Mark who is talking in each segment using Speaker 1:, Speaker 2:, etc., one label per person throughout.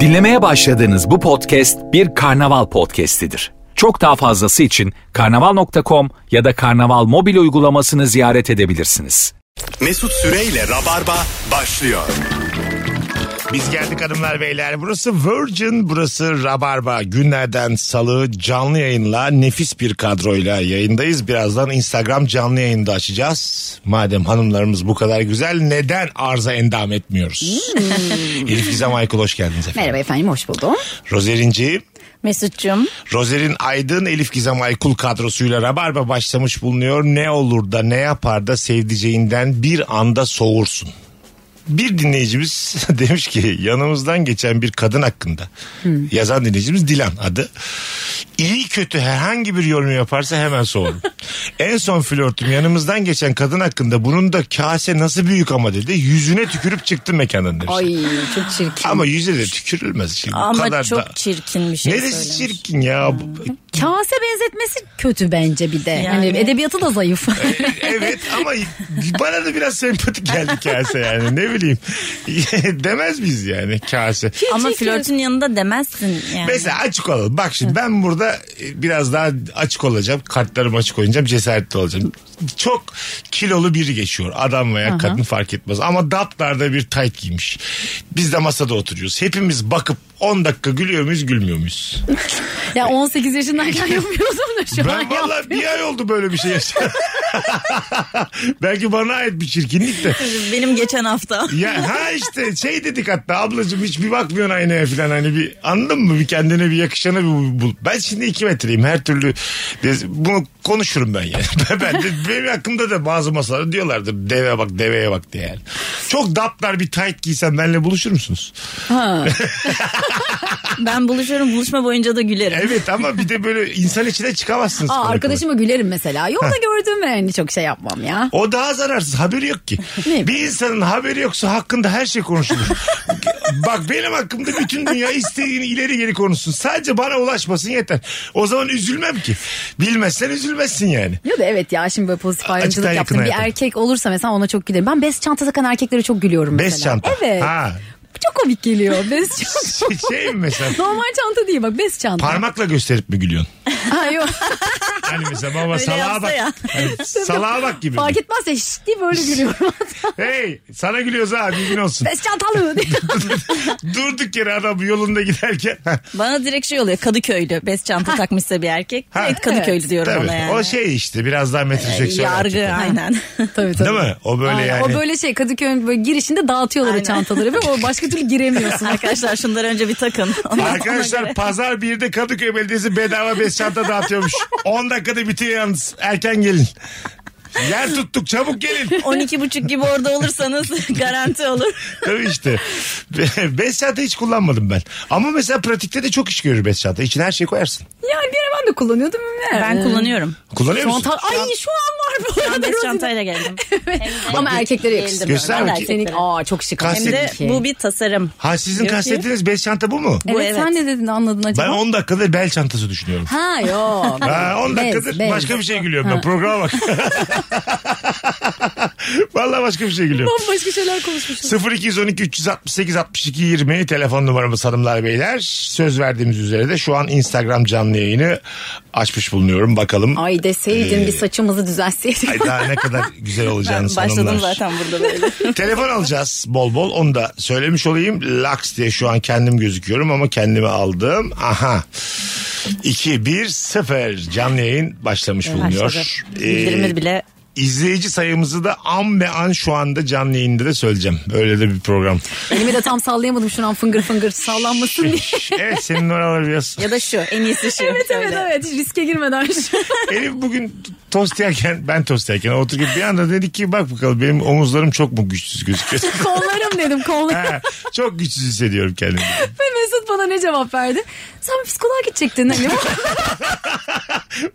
Speaker 1: Dinlemeye başladığınız bu podcast bir karnaval podcastidir. Çok daha fazlası için karnaval.com ya da karnaval mobil uygulamasını ziyaret edebilirsiniz.
Speaker 2: Mesut Süreyle Rabarba başlıyor.
Speaker 3: Biz geldik hanımlar beyler. Burası Virgin, burası Rabarba. Günlerden salı canlı yayınla nefis bir kadroyla yayındayız. Birazdan Instagram canlı yayında açacağız. Madem hanımlarımız bu kadar güzel neden arıza endam etmiyoruz? Elif Gizem Aykul hoş geldiniz efendim.
Speaker 4: Merhaba efendim hoş buldum.
Speaker 3: Rozerinci,
Speaker 4: Mesut'cum.
Speaker 3: Rozer'in Aydın, Elif Gizem Aykul kadrosuyla Rabarba başlamış bulunuyor. Ne olur da ne yapar da sevdiceğinden bir anda soğursun. Bir dinleyicimiz demiş ki yanımızdan geçen bir kadın hakkında
Speaker 5: Hmm.
Speaker 3: yazan dinleyicimiz Dilan adı. İyi kötü herhangi bir yorum yaparsa hemen soğurum. en son flörtüm yanımızdan geçen kadın hakkında bunun da kase nasıl büyük ama dedi. Yüzüne tükürüp çıktım mekandan demiş.
Speaker 4: Ay çok çirkin.
Speaker 3: Ama yüze de tükürülmez. Şimdi bu
Speaker 5: Ama
Speaker 3: kadar
Speaker 5: çok
Speaker 3: da...
Speaker 5: çirkin bir şey
Speaker 3: Neresi
Speaker 5: söylemiş.
Speaker 3: çirkin ya?
Speaker 4: Kase benzetmesi kötü bence bir de. Yani,
Speaker 5: Yani.
Speaker 4: edebiyatı da zayıf.
Speaker 3: evet ama bana da biraz sempatik geldi kase yani ne bileyim. Demez miyiz yani kase.
Speaker 5: Ama
Speaker 4: Çirkin.
Speaker 5: flörtün yanında demezsin yani.
Speaker 3: Mesela açık olalım. Bak şimdi ben burada e, biraz daha açık olacağım. Kartlarımı açık oynayacağım. Cesaretli olacağım. Çok kilolu biri geçiyor. Adam veya kadın fark etmez. Ama daplarda bir tayt giymiş. Biz de masada oturuyoruz. Hepimiz bakıp 10 dakika gülüyor muyuz gülmüyor muyuz?
Speaker 4: ya 18 yaşındayken yapmıyordum da şu an
Speaker 3: Ben
Speaker 4: yap.
Speaker 3: valla bir ay oldu böyle bir şey yaşadım. Belki bana ait bir çirkinlik de.
Speaker 5: Benim geçen hafta.
Speaker 3: Ya ha işte şey dedik hatta ablacığım hiç bir bakmıyorsun aynaya falan hani bir anladın mı bir kendine bir yakışanı bir bul. Ben şimdi iki metreyim her türlü bunu konuşurum ben yani. Ben, ben de, benim hakkımda da bazı masalara diyorlardır deve bak deveye bak diye yani. Çok daplar bir tight giysem benimle buluşur musunuz?
Speaker 5: Ben buluşuyorum buluşma boyunca da gülerim.
Speaker 3: Evet ama bir de böyle insan içine çıkamazsınız.
Speaker 4: Aa,
Speaker 3: kolay kolay.
Speaker 4: arkadaşıma gülerim mesela. Yolda gördüğüm yani çok şey yapmam ya.
Speaker 3: O daha zararsız haberi yok ki.
Speaker 4: Ne?
Speaker 3: bir insanın haberi yoksa hakkında her şey konuşulur. Bak benim hakkımda bütün dünya istediğini ileri geri konuşsun. Sadece bana ulaşmasın yeter. O zaman üzülmem ki. Bilmezsen üzülmezsin yani.
Speaker 4: Ya da evet ya şimdi böyle pozitif
Speaker 3: Açıktan
Speaker 4: ayrımcılık
Speaker 3: yakın
Speaker 4: yaptım. Bir
Speaker 3: hayatım.
Speaker 4: erkek olursa mesela ona çok gülerim. Ben bez çanta takan erkeklere çok gülüyorum mesela.
Speaker 3: Bez çanta.
Speaker 4: Evet.
Speaker 3: Ha.
Speaker 4: Çok komik geliyor bez çanta.
Speaker 3: Şey, şey mi mesela?
Speaker 4: Normal çanta değil bak bez çanta.
Speaker 3: Parmakla gösterip mi gülüyorsun?
Speaker 4: Ha, yok.
Speaker 3: Hani mesela baba
Speaker 5: Öyle
Speaker 3: salağa
Speaker 5: yapsa
Speaker 3: bak.
Speaker 5: ya.
Speaker 3: Hani salağa bak gibi.
Speaker 4: Fark etmez ya şşt diye böyle gülüyorum.
Speaker 3: Hey sana gülüyoruz ha bir gün olsun.
Speaker 4: bez çantalı diye.
Speaker 3: Durduk yere adam yolunda giderken.
Speaker 5: Bana direkt şey oluyor Kadıköylü. Bez çanta takmışsa bir erkek.
Speaker 3: Ha.
Speaker 5: Direkt Kadıköylü diyorum
Speaker 3: Tabii.
Speaker 5: ona yani.
Speaker 3: O şey işte biraz
Speaker 4: Ee,
Speaker 3: daha metroseksüel.
Speaker 5: Yargı
Speaker 3: erkekler.
Speaker 5: aynen.
Speaker 4: tabii, tabii.
Speaker 3: Değil mi? O böyle
Speaker 4: Aynen.
Speaker 3: yani.
Speaker 4: O böyle şey Kadıköy'ün böyle girişinde dağıtıyorlar o
Speaker 5: Aynen.
Speaker 4: çantaları ve o başka türlü giremiyorsun.
Speaker 5: Arkadaşlar şunları önce bir takın. Ona- ona göre.
Speaker 3: Arkadaşlar pazar 1'de Kadıköy Belediyesi bedava bez çanta dağıtıyormuş. 10 dakikada bitiyor yalnız. Erken gelin. Yer tuttuk çabuk gelin.
Speaker 5: 12.30 gibi orada olursanız garanti olur.
Speaker 3: Tabii işte. Be- Bez çanta hiç kullanmadım ben. Ama mesela pratikte de çok iş görür bez çanta. İçine her şeyi koyarsın.
Speaker 4: yani bir ara ben de kullanıyordum.
Speaker 5: Ben kullanıyorum.
Speaker 3: Kullanıyor
Speaker 4: Şu an
Speaker 3: musun?
Speaker 4: ta- Ay şu an var bu
Speaker 5: Ben
Speaker 4: arada.
Speaker 5: bez
Speaker 4: Rozi'de.
Speaker 5: çantayla geldim.
Speaker 4: Ama erkeklere yakışır.
Speaker 5: Geldim
Speaker 3: Göster
Speaker 5: ben de
Speaker 3: bakayım.
Speaker 4: Senin
Speaker 5: erkeklere.
Speaker 4: aa çok şık.
Speaker 3: Kas-
Speaker 5: Hem de
Speaker 4: Seninki.
Speaker 5: bu bir tasarım.
Speaker 3: Ha sizin
Speaker 5: Diyor ki-
Speaker 3: kastettiğiniz bez çanta bu mu?
Speaker 4: Evet,
Speaker 5: evet.
Speaker 4: sen ne dedin anladın acaba?
Speaker 3: Ben 10 dakikadır bel çantası düşünüyorum.
Speaker 4: Ha yok.
Speaker 3: Ha, 10 dakikadır başka bir şey gülüyorum ben. Programa bak. Vallahi başka bir şey gülüyorum.
Speaker 4: Bambaşka şeyler konuşmuşuz.
Speaker 3: 0212 368 62 20 telefon numaramız hanımlar beyler. Söz verdiğimiz üzere de şu an Instagram canlı yayını açmış bulunuyorum. Bakalım
Speaker 4: Ay deseydin bir saçımızı düzelseydik.
Speaker 3: Ee. ay daha ne kadar güzel olacağını
Speaker 5: Başladım
Speaker 3: hanımlar.
Speaker 5: zaten burada böyle.
Speaker 3: Telefon alacağız bol bol onu da söylemiş olayım. Lux diye şu an kendim gözüküyorum ama kendimi aldım. Aha 2-1-0 canlı yayın başlamış
Speaker 5: Başladı.
Speaker 3: bulunuyor. Ee,
Speaker 5: Bildirimiz bile
Speaker 3: İzleyici sayımızı da an be an şu anda canlı yayında da söyleyeceğim. Öyle de bir program.
Speaker 4: Elimi de tam sallayamadım şu an fıngır fıngır sallanmasın diye.
Speaker 3: evet senin oralar biraz
Speaker 5: ya da şu en iyisi şu.
Speaker 4: evet evet
Speaker 5: Öyle.
Speaker 4: evet hiç riske girmeden şu.
Speaker 3: Elif bugün tost yerken ben tost yerken oturup bir anda dedi ki bak bakalım benim omuzlarım çok mu güçsüz gözüküyor.
Speaker 4: kollarım dedim kollarım.
Speaker 3: Ha, çok güçsüz hissediyorum kendimi.
Speaker 4: Ve Mesut bana ne cevap verdi? Sen bir psikoloğa gidecektin hani.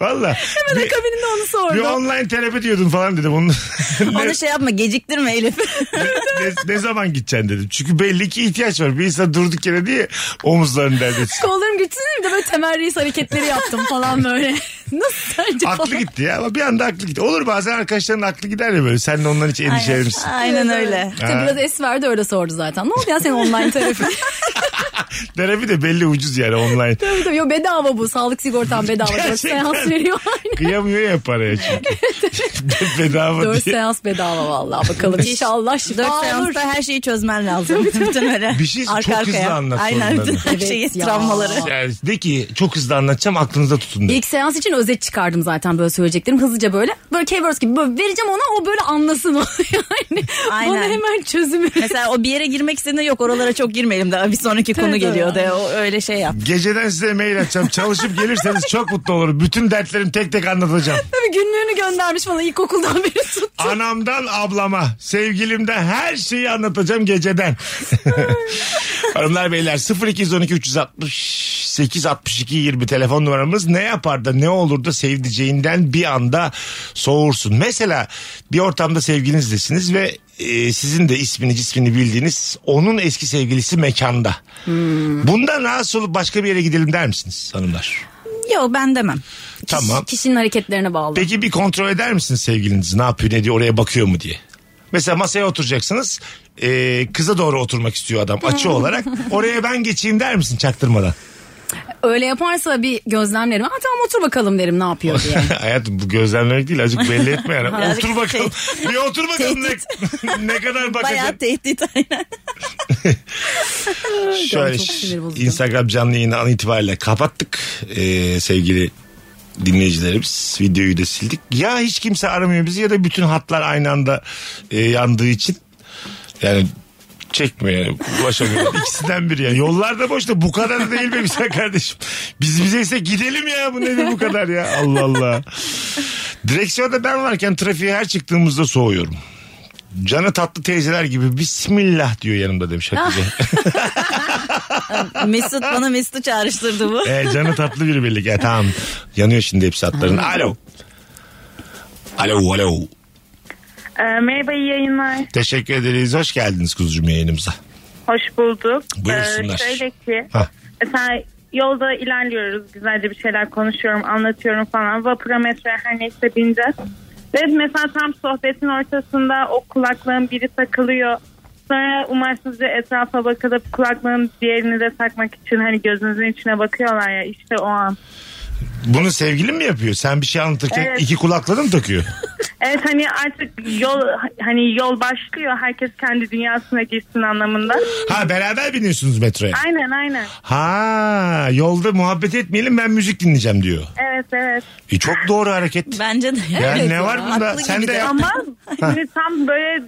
Speaker 3: Valla.
Speaker 4: Hemen
Speaker 3: Bir-
Speaker 4: akabininde onu
Speaker 3: Bir
Speaker 4: sordu.
Speaker 3: online terapi diyordun falan dedim. Onu, ne,
Speaker 5: Onu şey yapma geciktirme Elif.
Speaker 3: ne, ne zaman gideceksin dedim. Çünkü belli ki ihtiyaç var. Bir insan durduk yere diye omuzlarını dert etsin.
Speaker 4: Kollarım güçsüz bir de böyle temel reis hareketleri yaptım falan böyle. Nasıl sence
Speaker 3: Aklı
Speaker 4: falan?
Speaker 3: gitti ya ama bir anda aklı gitti. Olur bazen arkadaşların aklı gider ya böyle. Sen de ondan hiç endişelenirsin.
Speaker 5: Aynen öyle.
Speaker 4: Tabii biraz es verdi öyle sordu zaten. Ne oldu ya senin online terapi?
Speaker 3: Terapi de belli ucuz yani online.
Speaker 4: tabii tabii. Yo, bedava bu. Sağlık sigortan bedava. Dört
Speaker 3: Gerçekten.
Speaker 4: seans veriyor.
Speaker 3: Kıyamıyor ya paraya çünkü. Bedava
Speaker 4: Dört
Speaker 3: diye.
Speaker 4: seans bedava vallahi bakalım. İnşallah şifa
Speaker 5: Dört
Speaker 4: olur.
Speaker 5: seansta her şeyi çözmen lazım. Bütün öyle.
Speaker 3: Bir şey çok hızlı anlat
Speaker 5: Aynen
Speaker 3: sorunlarını.
Speaker 5: bütün her şeyi
Speaker 4: Evet ya.
Speaker 5: travmaları.
Speaker 3: Yani de ki çok hızlı anlatacağım aklınızda tutun de.
Speaker 4: İlk seans için özet çıkardım zaten böyle söyleyeceklerim. Hızlıca böyle. Böyle keywords gibi böyle vereceğim ona o böyle anlasın o. yani
Speaker 5: Aynen.
Speaker 4: bana hemen çözümü.
Speaker 5: Mesela o bir yere girmek istediğinde yok oralara çok girmeyelim daha bir sonraki konu
Speaker 4: Tabii,
Speaker 5: geliyor de o öyle şey yap.
Speaker 3: Geceden size mail atacağım. Çalışıp gelirseniz çok mutlu olurum. Bütün dertlerimi tek tek anlatacağım.
Speaker 4: Tabii günlüğünü göndermiş falan ilkokuldan beri tut.
Speaker 3: Anamdan ablama, sevgilimden her şeyi anlatacağım geceden. Hanımlar beyler 0212 368 62 20 telefon numaramız. Ne yapar da ne olur da sevdiceğinden bir anda soğursun. Mesela bir ortamda sevgilinsiniz ve e, sizin de ismini cismini bildiğiniz onun eski sevgilisi mekanda. Bundan rahatsız olup başka bir yere gidelim der misiniz hanımlar?
Speaker 5: Yok ben demem.
Speaker 3: Tamam.
Speaker 4: Kişinin hareketlerine bağlı.
Speaker 3: Peki bir kontrol eder misiniz sevgilinizi? Ne yapıyor ne diyor oraya bakıyor mu diye. Mesela masaya oturacaksınız. Ee, kıza doğru oturmak istiyor adam açı olarak. Oraya ben geçeyim der misin çaktırmadan?
Speaker 4: Öyle yaparsa bir gözlemlerim. Ha tamam otur bakalım derim ne yapıyor diye.
Speaker 3: Hayatım bu gözlemlemek değil azıcık belli etme yani.
Speaker 5: Birazcık şey,
Speaker 3: otur bakalım. bir otur bakalım ne, ne kadar
Speaker 5: Bayağı
Speaker 3: bakacak.
Speaker 5: tehdit aynen.
Speaker 3: Şöyle
Speaker 4: Çok sinir bozucu.
Speaker 3: Instagram canlı yayını an itibariyle kapattık Ee, sevgili dinleyicilerimiz. Videoyu da sildik. Ya hiç kimse aramıyor bizi ya da bütün hatlar aynı anda e, yandığı için yani çekmiyor yani ulaşamıyor. İkisinden biri yani. Yollar da boş da bu kadar da değil be güzel kardeşim. Biz bize ise gidelim ya bu nedir bu kadar ya Allah Allah. Direksiyonda ben varken trafiğe her çıktığımızda soğuyorum. Canı tatlı teyzeler gibi bismillah diyor yanımda demiş Hatice.
Speaker 5: Mesut bana Mesut'u çağrıştırdı bu.
Speaker 3: E, canı tatlı biri birlik. E, tamam. Yanıyor şimdi hepsi hatların. Alo. Alo alo.
Speaker 6: Ee, merhaba iyi yayınlar.
Speaker 3: Teşekkür ederiz. Hoş geldiniz kuzucuğum yayınımıza.
Speaker 6: Hoş bulduk. Ee,
Speaker 3: Buyursunlar.
Speaker 6: şöyle ki
Speaker 3: Ha.
Speaker 6: mesela yolda ilerliyoruz. Güzelce bir şeyler konuşuyorum, anlatıyorum falan. Vapura mesela her neyse bineceğiz. Ve mesela tam sohbetin ortasında o kulaklığın biri takılıyor. Sonra umarsızca etrafa bakılıp kulaklığın diğerini de takmak için hani gözünüzün içine bakıyorlar ya işte o an.
Speaker 3: Bunu sevgilin mi yapıyor? Sen bir şey anlatırken
Speaker 6: Evet.
Speaker 3: iki kulaklarını mı takıyor?
Speaker 6: Evet hani artık yol hani yol başlıyor. Herkes kendi dünyasına girsin anlamında.
Speaker 3: Ha beraber biniyorsunuz metroya.
Speaker 6: Aynen aynen.
Speaker 3: Ha yolda muhabbet etmeyelim ben müzik dinleyeceğim diyor.
Speaker 6: Evet evet.
Speaker 3: E, çok doğru hareket.
Speaker 5: Bence de.
Speaker 3: Ya ne var bunda?
Speaker 5: Aklı
Speaker 3: Sen
Speaker 5: gibi
Speaker 3: de yap.
Speaker 6: Ama şimdi Hani tam böyle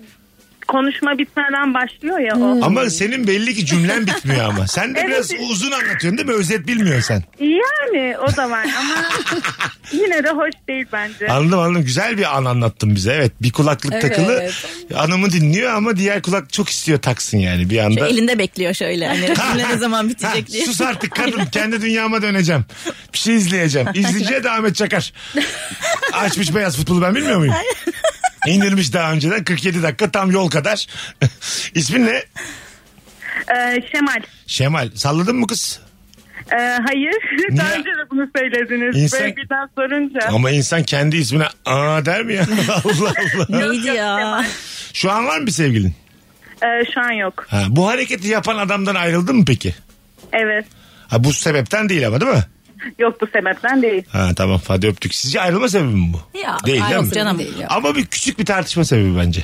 Speaker 6: konuşma bitmeden başlıyor ya o.
Speaker 3: Hmm. Ama senin belli ki cümlen bitmiyor ama. Sen de
Speaker 6: Evet.
Speaker 3: biraz uzun anlatıyorsun değil mi? Özet bilmiyorsun sen.
Speaker 6: Yani o da var ama yine de hoş değil bence.
Speaker 3: Anladım anladım. Güzel bir an anlattın bize. Evet bir kulaklık
Speaker 4: Evet.
Speaker 3: takılı. Anamı dinliyor ama diğer kulak çok istiyor taksın yani bir anda.
Speaker 5: Elinde bekliyor şöyle. Hani cümle ne zaman
Speaker 3: Ha,
Speaker 5: bitecek diye.
Speaker 3: sus artık kadın kendi dünyama döneceğim. Bir şey izleyeceğim. İzleyeceği de Ahmet Çakar. Açmış beyaz futbolu ben bilmiyor muyum? İndirmiş daha önceden 47 dakika tam yol kadar. İsmin ne?
Speaker 6: Ee, Şemal.
Speaker 3: Şemal. Salladın mı kız?
Speaker 6: ee, hayır.
Speaker 3: Niye?
Speaker 6: Daha önce de bunu söylediniz.
Speaker 3: İnsan-
Speaker 6: Böyle birden sorunca.
Speaker 3: Ama insan kendi ismine aa der mi ya? Allah Allah.
Speaker 5: Neydi ya?
Speaker 3: Şu an var mı bir sevgilin?
Speaker 6: Ee, şu an yok.
Speaker 3: Ha, bu hareketi yapan adamdan ayrıldın mı peki?
Speaker 6: Evet.
Speaker 3: Ha, bu sebepten değil ama değil mi?
Speaker 6: Yok bu sebepten değil.
Speaker 3: Ha tamam hadi öptük. Sizce ayrılma sebebi mi bu?
Speaker 4: Ya,
Speaker 3: değil değil
Speaker 4: ayrılma
Speaker 3: mi?
Speaker 4: sebebi Canım. değil ya.
Speaker 3: Ama bir küçük bir tartışma sebebi bence.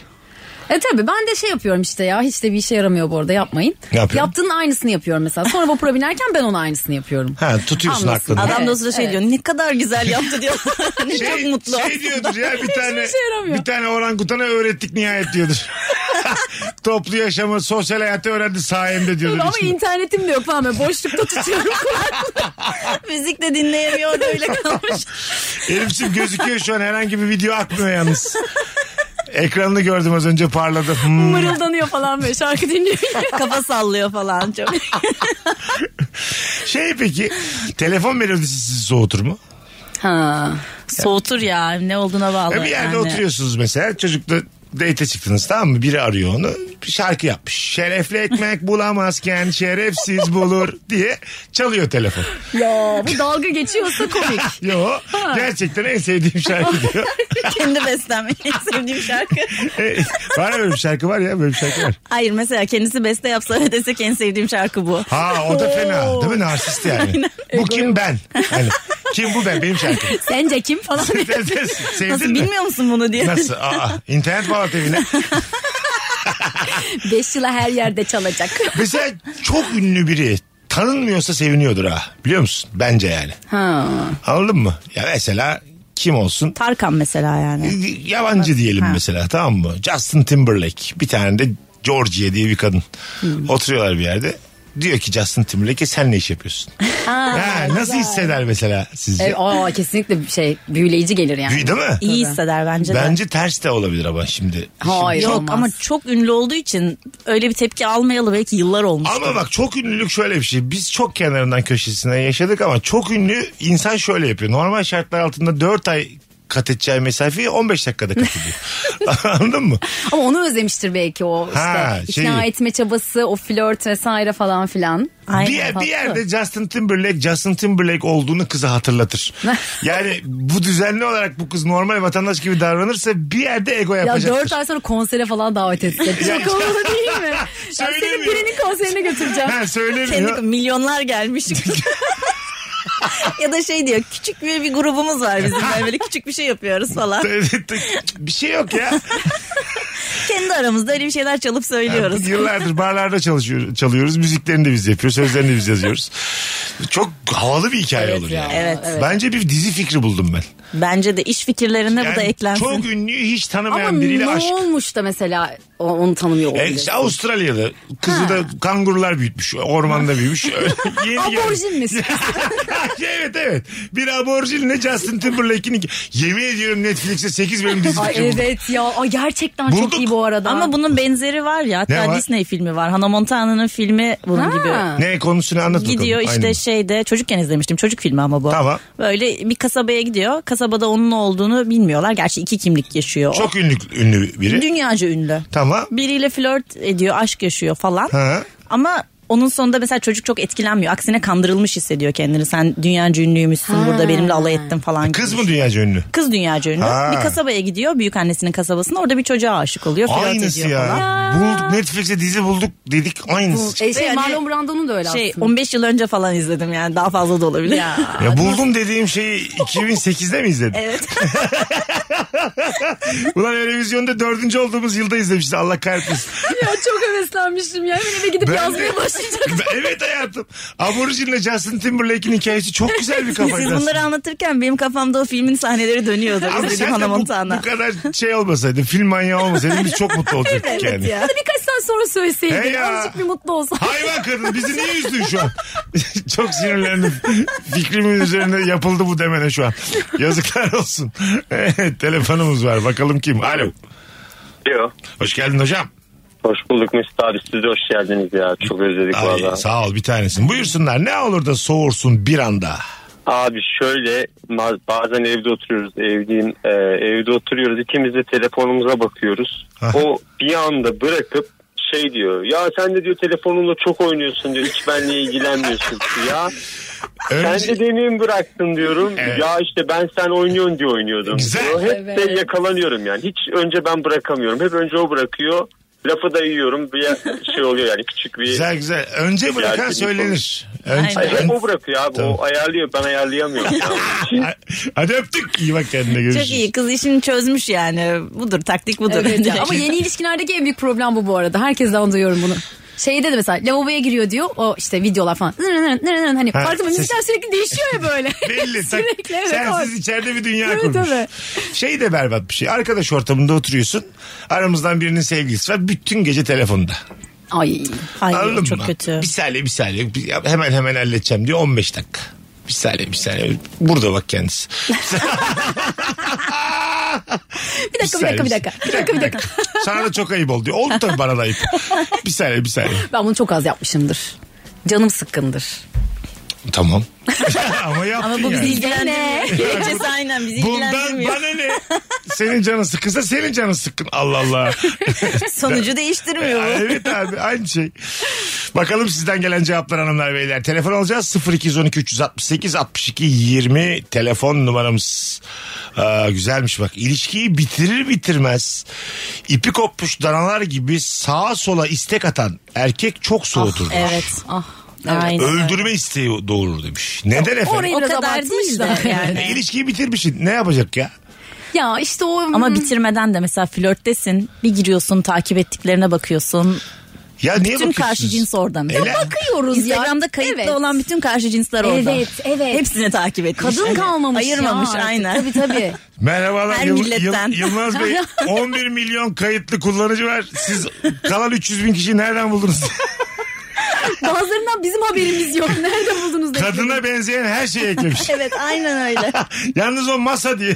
Speaker 4: E tabii ben de şey yapıyorum işte ya hiç de bir işe yaramıyor bu arada yapmayın.
Speaker 3: Ne yapıyorsun?
Speaker 4: Yaptığının aynısını yapıyorum mesela. Sonra vapura binerken ben onun aynısını yapıyorum.
Speaker 3: Ha tutuyorsun
Speaker 4: Anlasın.
Speaker 3: aklını.
Speaker 5: Adam da o sırada şey
Speaker 4: Evet.
Speaker 5: diyor ne kadar güzel yaptı diyor. Hani
Speaker 3: Şey,
Speaker 5: çok mutlu.
Speaker 3: şey diyordur ya bir tane
Speaker 4: işe şey yaramıyor.
Speaker 3: bir tane orangutana öğrettik nihayet diyordur. Toplu yaşamı, sosyal hayatı öğrendi sayemde diyordur.
Speaker 4: Ama
Speaker 3: içinde.
Speaker 4: internetim de yok falan böyle boşlukta tutuyorum.
Speaker 5: Müzik de dinleyemiyor da öyle kalmış.
Speaker 3: Elif'ciğim gözüküyor şu an herhangi bir video akmıyor yalnız. Ekranını gördüm az önce parladı. Hmm.
Speaker 4: Mırıldanıyor falan böyle şarkı dinliyor.
Speaker 5: Kafa sallıyor falan çok.
Speaker 3: Şey peki telefon melodisi sizi soğutur mu?
Speaker 4: ha.
Speaker 5: Soğutur ya ne olduğuna bağlı.
Speaker 3: Ya bir yerde
Speaker 5: yani.
Speaker 3: oturuyorsunuz mesela çocukla date çıktınız tamam mı? Biri arıyor onu bir şarkı yapmış. Şerefli ekmek bulamazken şerefsiz bulur diye çalıyor telefon.
Speaker 4: Ya bu dalga geçiyorsa komik.
Speaker 3: Yo gerçekten en sevdiğim şarkı diyor.
Speaker 5: Kendi beslenmeyi en sevdiğim şarkı.
Speaker 3: E, var ya böyle bir şarkı var ya böyle bir şarkı var.
Speaker 5: Hayır mesela kendisi beste yapsa ve desek en sevdiğim şarkı bu.
Speaker 3: Ha o da fena değil mi narsist yani. Bu kim ben? Yani, kim bu ben benim şarkım.
Speaker 4: Sence kim falan.
Speaker 3: Sevdin
Speaker 5: Nasıl
Speaker 3: mi?
Speaker 5: bilmiyor musun bunu diye.
Speaker 3: Nasıl? Aa, internet bağlantı evine.
Speaker 4: Beş yıla her yerde çalacak.
Speaker 3: Mesela çok ünlü biri tanınmıyorsa seviniyordur ha. Biliyor musun? Bence yani.
Speaker 4: Ha.
Speaker 3: Anladın mı? Ya mesela kim olsun?
Speaker 5: Tarkan mesela yani.
Speaker 3: Yabancı diyelim mesela tamam mı? Justin Timberlake. Bir tane de Georgia diye bir kadın.
Speaker 4: Hmm.
Speaker 3: Oturuyorlar bir yerde. Diyor ki Justin Timberlake'e sen ne iş yapıyorsun? ha, nasıl hisseder mesela sizce?
Speaker 4: E, aa, kesinlikle bir şey büyüleyici gelir yani.
Speaker 3: Değil mi?
Speaker 5: İyi hisseder bence de.
Speaker 3: Bence ters de olabilir ama şimdi.
Speaker 4: Hayır
Speaker 5: Yok
Speaker 4: olmaz.
Speaker 5: ama çok ünlü olduğu için öyle bir tepki almayalı belki yıllar olmuş.
Speaker 3: Ama bak çok ünlülük şöyle bir şey. Biz çok kenarından köşesinden yaşadık ama çok ünlü insan şöyle yapıyor. Normal şartlar altında 4 ay kat edeceği mesafeyi 15 dakikada kat ediyor. Anladın mı?
Speaker 4: Ama onu özlemiştir belki o işte
Speaker 3: Ha, şey-
Speaker 4: ikna
Speaker 3: şeyi.
Speaker 4: etme çabası, o flört vesaire falan filan.
Speaker 5: Aynen.
Speaker 3: bir, yer- bir
Speaker 4: haklı.
Speaker 3: yerde Justin Timberlake Justin Timberlake olduğunu kıza hatırlatır. yani bu düzenli olarak bu kız normal vatandaş gibi davranırsa bir yerde ego
Speaker 4: Ya
Speaker 3: yapacaktır.
Speaker 4: dört ay sonra konsere falan davet etsek. Çok havalı değil mi? Ben seni
Speaker 3: Söylemiyor.
Speaker 4: birinin konserine götüreceğim.
Speaker 3: Ha, söylemiyor.
Speaker 5: Kendi milyonlar gelmiş. ya da şey diyor küçük bir, bir grubumuz var bizim böyle, böyle küçük bir şey yapıyoruz falan.
Speaker 3: bir şey yok ya.
Speaker 5: Kendi aramızda öyle bir şeyler çalıp söylüyoruz.
Speaker 3: Yıllardır barlarda çalışıyor, çalıyoruz. Müziklerini de biz yapıyoruz. Sözlerini de biz yazıyoruz. Çok havalı bir hikaye olur yani.
Speaker 5: Evet.
Speaker 3: Bence bir dizi fikri buldum ben.
Speaker 5: Bence de iş fikirlerine bu da
Speaker 3: Yani
Speaker 5: eklensin.
Speaker 3: Çok ünlüyü hiç tanımayan
Speaker 4: Ama
Speaker 3: biriyle
Speaker 4: ne
Speaker 3: aşk.
Speaker 4: olmuş da mesela o- onu tanımıyor
Speaker 3: E,
Speaker 4: olabilir.
Speaker 3: işte Avustralyalı. Kızı da kangurular büyütmüş. Ormanda büyümüş. Yeni gelmiş.
Speaker 4: Aborjin misin?
Speaker 3: evet evet. Bir aborjinle Justin Timberlake'in yemin ediyorum Netflix'te 8 bölüm dizi
Speaker 4: Ay
Speaker 3: fikri buldum.
Speaker 4: evet ya. Ay gerçekten
Speaker 3: Bulduk.
Speaker 4: çok iyi bu arada.
Speaker 5: Ama bunun benzeri var ya
Speaker 3: Ne
Speaker 5: hatta
Speaker 3: var?
Speaker 5: Disney filmi var. Hannah Montana'nın filmi bunun
Speaker 4: Ha.
Speaker 5: gibi.
Speaker 3: Ne konusunu anlat bakalım.
Speaker 5: Gidiyor işte
Speaker 3: Aynen.
Speaker 5: şeyde çocukken izlemiştim çocuk filmi ama bu.
Speaker 3: Tamam.
Speaker 5: Böyle bir kasabaya gidiyor. Kasabada onun ne olduğunu bilmiyorlar. Gerçi iki kimlik yaşıyor. o.
Speaker 3: Çok ünlü, ünlü biri.
Speaker 5: Dünyaca ünlü.
Speaker 3: Tamam.
Speaker 5: Biriyle flört ediyor, aşk yaşıyor falan.
Speaker 3: Ha.
Speaker 5: Ama onun sonunda mesela çocuk çok etkilenmiyor. Aksine kandırılmış hissediyor kendini. Sen dünyaca ünlüymüşsün burada benimle alay ettin falan.
Speaker 3: E Kız
Speaker 5: gibi.
Speaker 3: mı dünyaca ünlü?
Speaker 5: Kız dünyaca ünlü.
Speaker 3: Ha.
Speaker 5: Bir kasabaya gidiyor. Büyük annesinin kasabasına. Orada bir çocuğa aşık oluyor. Flört
Speaker 3: Aynısı
Speaker 5: ediyor
Speaker 3: ya.
Speaker 5: falan.
Speaker 3: Bulduk Netflix'te dizi bulduk dedik aynısı.
Speaker 4: E, şey
Speaker 5: Yani-
Speaker 4: Marlon Brando'nun da öyle
Speaker 5: Şey
Speaker 4: aslında.
Speaker 5: 15 yıl önce falan izledim yani daha fazla da olabilir.
Speaker 3: Ya buldum dediğim şeyi 2008'de mi izledin?
Speaker 5: E, Evet.
Speaker 3: Ulan Eurovision'da dördüncü olduğumuz yılda izlemişiz Allah kahretmesin.
Speaker 4: Ya çok heveslenmiştim ya. Hemen eve gidip
Speaker 3: Ben de-
Speaker 4: yazmaya başlayacağım.
Speaker 3: evet hayatım. Aborjinle Justin Timberlake'in hikayesi çok güzel bir
Speaker 5: Siz
Speaker 3: kafaydı.
Speaker 5: bunları anlatırken benim kafamda o filmin sahneleri dönüyordu.
Speaker 3: Abi
Speaker 5: İzledim
Speaker 3: sen de
Speaker 5: Hannah
Speaker 3: bu,
Speaker 5: Montana.
Speaker 3: bu kadar şey olmasaydı, film manyağı olmasaydı biz çok mutlu olacaktık yani.
Speaker 5: ya.
Speaker 4: Hadi birkaç saat sonra
Speaker 3: Hey
Speaker 4: söyleseydin.
Speaker 3: ya.
Speaker 4: Azıcık bir mutlu olsan.
Speaker 3: Hayvan kadın bizi niye üzdün şu an? Çok sinirlendim. Fikrimin üzerine yapıldı bu demene şu an. Yazıklar olsun. Telefonumuz var bakalım kim? Alo.
Speaker 7: Alo.
Speaker 3: Hoş geldin hocam.
Speaker 7: Hoş bulduk Mesut abi. Siz de hoş geldiniz ya. Çok özledik
Speaker 3: Ay,
Speaker 7: valla.
Speaker 3: sağ ol bir tanesin. Buyursunlar ne olur da soğursun bir anda.
Speaker 7: Abi şöyle ma- bazen evde oturuyoruz. Evdeyim. e, evde oturuyoruz. İkimiz de telefonumuza bakıyoruz.
Speaker 3: Aha.
Speaker 7: o bir anda bırakıp şey diyor. Ya sen de diyor telefonunla çok oynuyorsun diyor. Hiç benimle ilgilenmiyorsun. ya sen
Speaker 3: Önce-
Speaker 7: de demin bıraktın diyorum.
Speaker 3: Evet.
Speaker 7: Ya işte ben sen oynuyorsun diye oynuyordum.
Speaker 3: Güzel.
Speaker 7: diyor. Hep de
Speaker 4: Evet.
Speaker 7: yakalanıyorum yani. Hiç önce ben bırakamıyorum. Hep önce o bırakıyor. Lafı da yiyorum. Bir şey oluyor yani küçük bir
Speaker 3: Güzel güzel. Önce bırakan
Speaker 7: Gerçekten
Speaker 3: söylenir. Önce,
Speaker 7: Ay, hep
Speaker 3: ön-
Speaker 7: o bırakıyor abi.
Speaker 3: Tamam.
Speaker 7: O ayarlıyor. Ben ayarlayamıyorum. ya.
Speaker 3: Hadi öptük. İyi bak kendine görüşürüz.
Speaker 5: Çok iyi kız işini çözmüş yani. Budur taktik budur.
Speaker 4: Evet ya. Ama yeni ilişkilerdeki en büyük problem bu bu arada. Herkesten duyuyorum bunu. Şeyde de mesela lavaboya giriyor diyor. O işte videolar falan. Nırın nırın nırın nırın. Hani
Speaker 3: Ha,
Speaker 4: farklı
Speaker 3: ses-
Speaker 4: müzikler sürekli değişiyor ya böyle.
Speaker 3: Belli. tak-
Speaker 4: sürekli evet.
Speaker 3: Sensiz
Speaker 4: o-
Speaker 3: içeride bir dünya
Speaker 4: Evet,
Speaker 3: kurmuş.
Speaker 4: evet.
Speaker 3: Şey de berbat bir şey. Arkadaş ortamında oturuyorsun. Aramızdan birinin sevgilisi var. Bütün gece telefonda.
Speaker 4: Ay.
Speaker 5: Ay,
Speaker 3: Anladın
Speaker 5: çok
Speaker 3: mı?
Speaker 5: kötü.
Speaker 3: Bir saniye bir saniye. Bir- hemen hemen halledeceğim diyor. 15 dakika. Bir saniye bir saniye. Burada bak kendisi.
Speaker 4: Bir dakika bir dakika bir dakika. Bir dakika bir dakika.
Speaker 3: Sana da çok ayıp oldu diyor. Oldu tabii bana da ayıp. Bir saniye bir saniye.
Speaker 4: Ben bunu çok az yapmışımdır.
Speaker 5: Canım sıkkındır.
Speaker 3: Tamam. Ama yaptın
Speaker 5: Ama bu bizi
Speaker 3: yani.
Speaker 5: ilgilendirmiyor. Gerekçesi aynen bizi
Speaker 3: Bundan
Speaker 5: ilgilendirmiyor.
Speaker 3: bana ne? Senin canın sıkılsa senin canın sıkkın. Allah Allah.
Speaker 5: Sonucu değiştirmiyor bu.
Speaker 3: evet abi aynı şey. Bakalım sizden gelen cevaplar hanımlar beyler. Telefon alacağız 0212 368 62 20 telefon numaramız. Aa, güzelmiş bak. İlişkiyi bitirir bitirmez ipi kopmuş danalar gibi sağa sola istek atan erkek çok soğutur.
Speaker 5: Ah, Evet. Ah. Aynen.
Speaker 3: Öldürme isteği doğurur demiş. Neden efendim?
Speaker 4: Orayı
Speaker 5: O
Speaker 4: biraz
Speaker 5: kadar
Speaker 4: abartmış
Speaker 5: değil de
Speaker 4: da.
Speaker 5: yani.
Speaker 3: E, İlişkiyi bitirmişsin. Ne yapacak ya?
Speaker 4: Ya işte o...
Speaker 5: Ama bitirmeden de mesela flörttesin. Bir giriyorsun takip ettiklerine bakıyorsun.
Speaker 3: Ya niye
Speaker 5: Bütün
Speaker 3: bakıyorsunuz?
Speaker 5: karşı cins orada.
Speaker 3: Ele-
Speaker 4: bakıyoruz ya.
Speaker 5: Instagram'da kayıtlı
Speaker 4: Evet.
Speaker 5: olan bütün karşı cinsler orada.
Speaker 4: Evet, evet.
Speaker 5: Hepsini takip etmiş.
Speaker 4: Kadın kalmamış
Speaker 5: Ayırmamış
Speaker 4: ya.
Speaker 5: aynen.
Speaker 4: Tabii tabii.
Speaker 3: Merhabalar
Speaker 5: Her
Speaker 3: Yıl-
Speaker 5: milletten.
Speaker 3: Yıl- Yılmaz Bey. 11 milyon kayıtlı kullanıcı var. Siz kalan 300 bin kişiyi nereden buldunuz?
Speaker 4: Bazılarından bizim haberimiz yok. Nerede buldunuz? da?
Speaker 3: Kadına benzeyen her şeyi eklemiş.
Speaker 5: Evet aynen öyle.
Speaker 3: Yalnız o masa diye.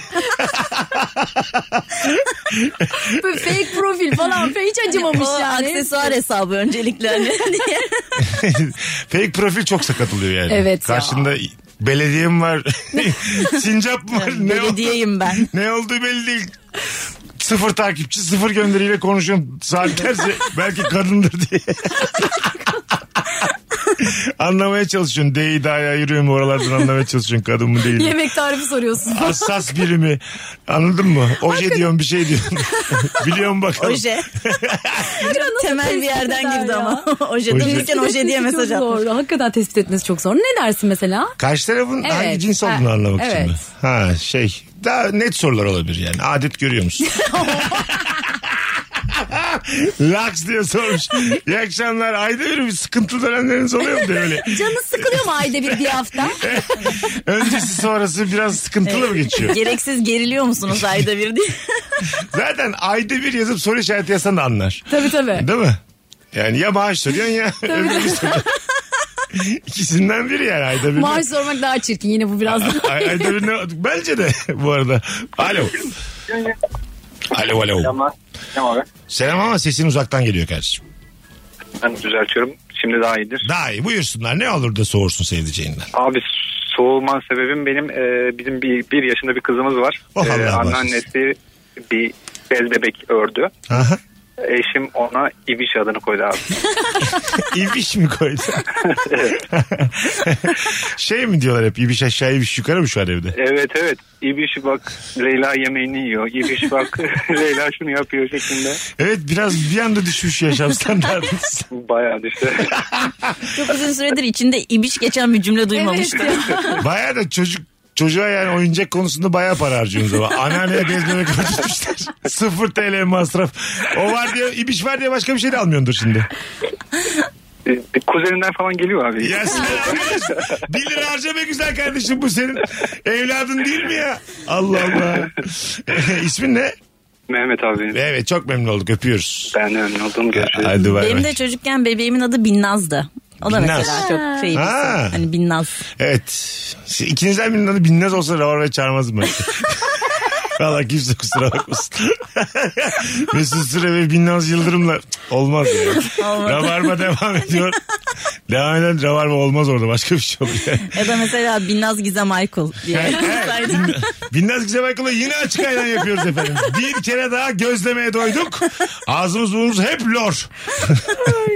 Speaker 4: Böyle fake profil falan. Hiç acımamış
Speaker 5: Hani o
Speaker 4: yani.
Speaker 5: aksesuar hesabı öncelikle hani diye.
Speaker 3: Fake profil çok sakatılıyor yani.
Speaker 4: Evet ya.
Speaker 3: Karşında belediyem var. Sincap var. ne, oldu,
Speaker 5: Belediyeyim ben.
Speaker 3: ne olduğu belli değil. Sıfır takipçi, sıfır gönderiyle konuşuyorum. Saatlerce belki kadındır diye. anlamaya çalışıyorsun. D'yi daha ayırıyorum oralardan anlamaya çalışıyorsun. Kadın mı değil mi?
Speaker 4: Yemek tarifi soruyorsun.
Speaker 3: hassas birimi. Anladın mı? Oje diyorum bir şey diyorum. Biliyorum bakalım.
Speaker 5: Oje. Temel bir yerden girdi
Speaker 4: ya?
Speaker 5: ama. Oje
Speaker 3: Oje.
Speaker 5: demişken oje diye
Speaker 4: Çok
Speaker 5: mesaj atmış.
Speaker 4: zor. Hakikaten tespit etmesi çok zor. Ne dersin mesela?
Speaker 3: Karşı tarafın
Speaker 4: Evet.
Speaker 3: hangi cins olduğunu
Speaker 4: Ha,
Speaker 3: anlamak
Speaker 4: evet.
Speaker 3: için mi? Ha şey. Daha net sorular olabilir yani. Adet görüyor musun? Laks diye sormuş. İyi akşamlar. Ayda bir bir sıkıntılı dönemleriniz oluyor mu diye öyle.
Speaker 4: Canı sıkılıyor mu ayda bir bir hafta?
Speaker 3: Öncesi sonrası biraz sıkıntılı mı geçiyor?
Speaker 5: Gereksiz geriliyor musunuz ayda bir diye.
Speaker 3: Zaten ayda bir yazıp soru işareti yazsan da anlar.
Speaker 4: tabii tabii.
Speaker 3: Değil mi? Yani ya maaş soruyorsun ya öbürünü soruyorsun. İkisinden biri yani ayda bir.
Speaker 4: Maaş sormak daha çirkin. Yine bu biraz daha.
Speaker 3: Ay- ayda bir ne- Bence de bu arada. Alo. Alo alo.
Speaker 7: Tamam abi.
Speaker 3: Selam ama sesin uzaktan geliyor kardeşim.
Speaker 7: Ben düzeltiyorum. Şimdi daha iyidir.
Speaker 3: Daha iyi buyursunlar ne olur da soğursun sevdiceğinden.
Speaker 7: Abi soğulman sebebim benim e, bizim bir, bir yaşında bir kızımız var.
Speaker 3: Oh, Allah
Speaker 7: E,
Speaker 3: bağışlasın.
Speaker 7: anneannesi bir bez bebek ördü.
Speaker 3: Aha.
Speaker 7: Eşim ona İbiş adını koydu abi.
Speaker 3: İbiş mi koydu? şey mi diyorlar hep ibiş aşağı ibiş yukarı mı şu an evde?
Speaker 7: Evet evet. İbiş bak Leyla yemeğini yiyor. İbiş bak Leyla şunu yapıyor şeklinde.
Speaker 3: Evet biraz bir anda düşmüş yaşam standartınız.
Speaker 7: Bayağı düştü.
Speaker 5: Çok uzun süredir içinde ibiş geçen bir cümle duymamıştım.
Speaker 4: Evet.
Speaker 3: Baya da çocuk Çocuğa yani oyuncak konusunda bayağı para harcıyorsunuz ama. Anneanneye bezmemek harcamışlar. Sıfır TL masraf. O var diye, ibiş var diye başka bir şey de almıyordur şimdi.
Speaker 7: E, Kuzeninden falan geliyor abi.
Speaker 3: Ya sen arkadaş, bir lira harca be güzel kardeşim bu senin. Evladın değil mi ya? Allah Allah. İsmin ne?
Speaker 7: Mehmet abi benim.
Speaker 3: Evet çok memnun olduk öpüyoruz.
Speaker 7: Ben de memnun oldum. Görüşürüz.
Speaker 3: Hadi bay
Speaker 5: Benim
Speaker 3: bay.
Speaker 5: de çocukken bebeğimin adı Binnaz'dı. O da
Speaker 3: Binnaz.
Speaker 5: mesela çok şey bir
Speaker 3: Ha.
Speaker 5: isim. Hani Binnaz.
Speaker 3: Evet. Siz İkinizden birinin adı binmez olsa Ravar'a çağırmazdım ben. Valla kimse kusura bakmasın. Mesut Süre ve Binnaz Yıldırım'la Cık, olmaz ya. Rabarba devam ediyor. Devam eden Rabarba olmaz orada başka bir şey olur. yani.
Speaker 5: Ya da mesela Binnaz Gizem Aykul diye.
Speaker 3: Bin- Binnaz Güzel Baykal'a yine açık ayran yapıyoruz efendim. Bir kere daha gözlemeye doyduk. Ağzımız burnumuz hep lor.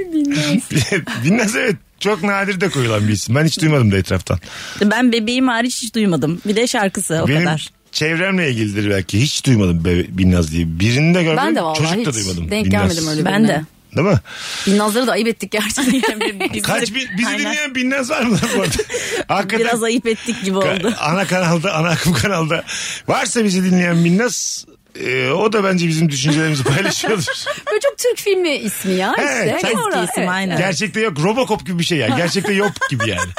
Speaker 3: Binnaz. evet çok nadir de koyulan bir isim. Ben hiç duymadım da etraftan.
Speaker 5: ben bebeğim hariç hiç duymadım. Bir de şarkısı o
Speaker 3: Benim
Speaker 5: kadar.
Speaker 3: çevremle ilgilidir belki. Hiç duymadım Be- Binnaz diye. Birini de görmedim.
Speaker 4: Ben de vallahi
Speaker 3: Çocuk da
Speaker 4: hiç
Speaker 3: duymadım.
Speaker 4: denk
Speaker 3: Binnaz.
Speaker 4: gelmedim öyle
Speaker 5: Ben de.
Speaker 3: Değil mi?
Speaker 4: Binnazları da ayıp ettik gerçekten.
Speaker 3: Kaç bin, bizi
Speaker 5: Aynen.
Speaker 3: dinleyen Binnaz var mı lan bu arada? Hakikaten
Speaker 5: Biraz ayıp ettik gibi oldu.
Speaker 3: Ana kanalda, ana akım kanalda. Varsa bizi dinleyen Binnaz e, o da bence bizim düşüncelerimizi paylaşıyordur.
Speaker 4: Böyle çok Türk filmi ismi ya işte.
Speaker 3: Evet, sen-
Speaker 4: Sonra,
Speaker 5: Eski isim,
Speaker 4: evet.
Speaker 5: aynen.
Speaker 3: Gerçekte yok. Robocop gibi bir şey yani. Gerçekte yok gibi yani.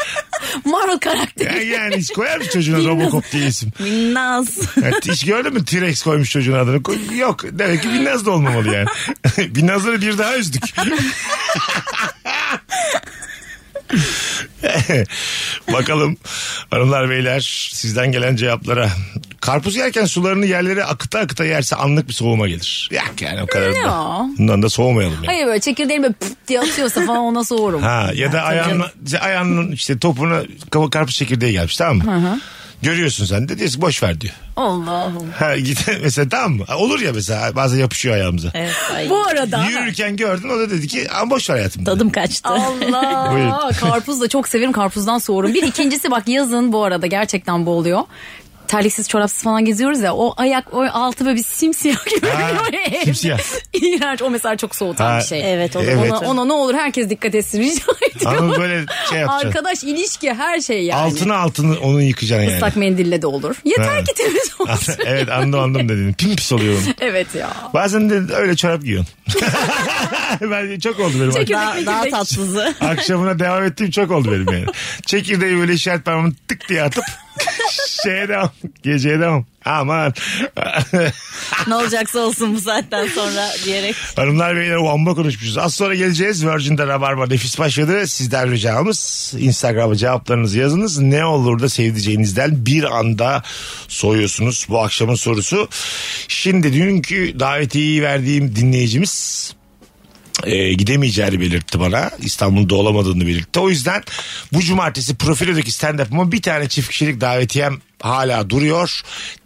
Speaker 4: Marvel karakteri.
Speaker 3: Yani, yani hiç koyar mı çocuğuna Robocop diye isim?
Speaker 5: Binnaz.
Speaker 3: Evet, hiç gördün mü T-Rex koymuş çocuğun adını? Koy- Yok. Demek ki Binnaz da olmamalı yani. Binnazları bir daha üzdük. Bakalım hanımlar beyler sizden gelen cevaplara. Karpuz yerken sularını yerlere akıta akıta yerse anlık bir soğuma gelir. Yak yani o kadar da.
Speaker 4: Ya.
Speaker 3: Bundan da soğumayalım yani.
Speaker 4: Hayır böyle çekirdeğini böyle pıt diye atıyorsa falan ona soğurum.
Speaker 3: Ha ya da ayağının, ayağının işte topuna kaba karpuz çekirdeği gelmiş tamam mı? Görüyorsun sen de diyorsun boş ver diyor.
Speaker 4: Allah'ım.
Speaker 3: Ha git mesela tamam mı? Olur ya mesela bazen yapışıyor ayağımıza.
Speaker 5: Evet, ay.
Speaker 4: Bu arada
Speaker 3: Yürürken gördün o da dedi ki ama boş ver hayatım. dedi.
Speaker 5: Tadım kaçtı.
Speaker 4: Allah
Speaker 3: Buyurun.
Speaker 4: karpuz da çok severim karpuzdan soğurum. Bir ikincisi bak yazın bu arada gerçekten bu oluyor. Terliksiz çorapsız falan geziyoruz ya o ayak o altı böyle bir simsiyah gibi.
Speaker 3: Ha,
Speaker 4: böyle
Speaker 3: simsiyah.
Speaker 4: İğrenç o mesela çok soğutan
Speaker 3: Ha,
Speaker 4: bir şey.
Speaker 5: Evet, o da-
Speaker 3: Evet.
Speaker 4: Ona, ona ne olur herkes dikkat etsin rica ediyorum.
Speaker 3: Ama böyle şey yapacaksın.
Speaker 4: Arkadaş ilişki her şey yani.
Speaker 3: Altını altını onun yıkacaksın yani.
Speaker 4: Islak mendille de olur. Yeter
Speaker 3: Ha.
Speaker 4: ki temiz olsun.
Speaker 3: evet anladım anladım dedin. Pim pis oluyorum.
Speaker 4: evet ya.
Speaker 3: Bazen de öyle çorap giyiyorsun. ben çok oldu benim.
Speaker 4: Çekil.
Speaker 5: daha, daha tatsızı.
Speaker 3: Akşamına devam ettiğim çok oldu benim yani. Çekirdeği böyle işaret parmağımı tık diye atıp şeye devam. Geceye devam. Aman.
Speaker 5: ne olacaksa olsun bu saatten sonra diyerek.
Speaker 3: Hanımlar beyler uamba konuşmuşuz. Az sonra geleceğiz. Virgin'de Rabarba nefis başladı. Sizden ricamız Instagram'a cevaplarınızı yazınız. Ne olur da sevdiceğinizden bir anda soyuyorsunuz bu akşamın sorusu. Şimdi dünkü davetiyi verdiğim dinleyicimiz e, gidemeyeceğini belirtti bana. İstanbul'da olamadığını belirtti. O yüzden bu cumartesi profilodaki stand-up'ıma bir tane çift kişilik davetiyem hala duruyor.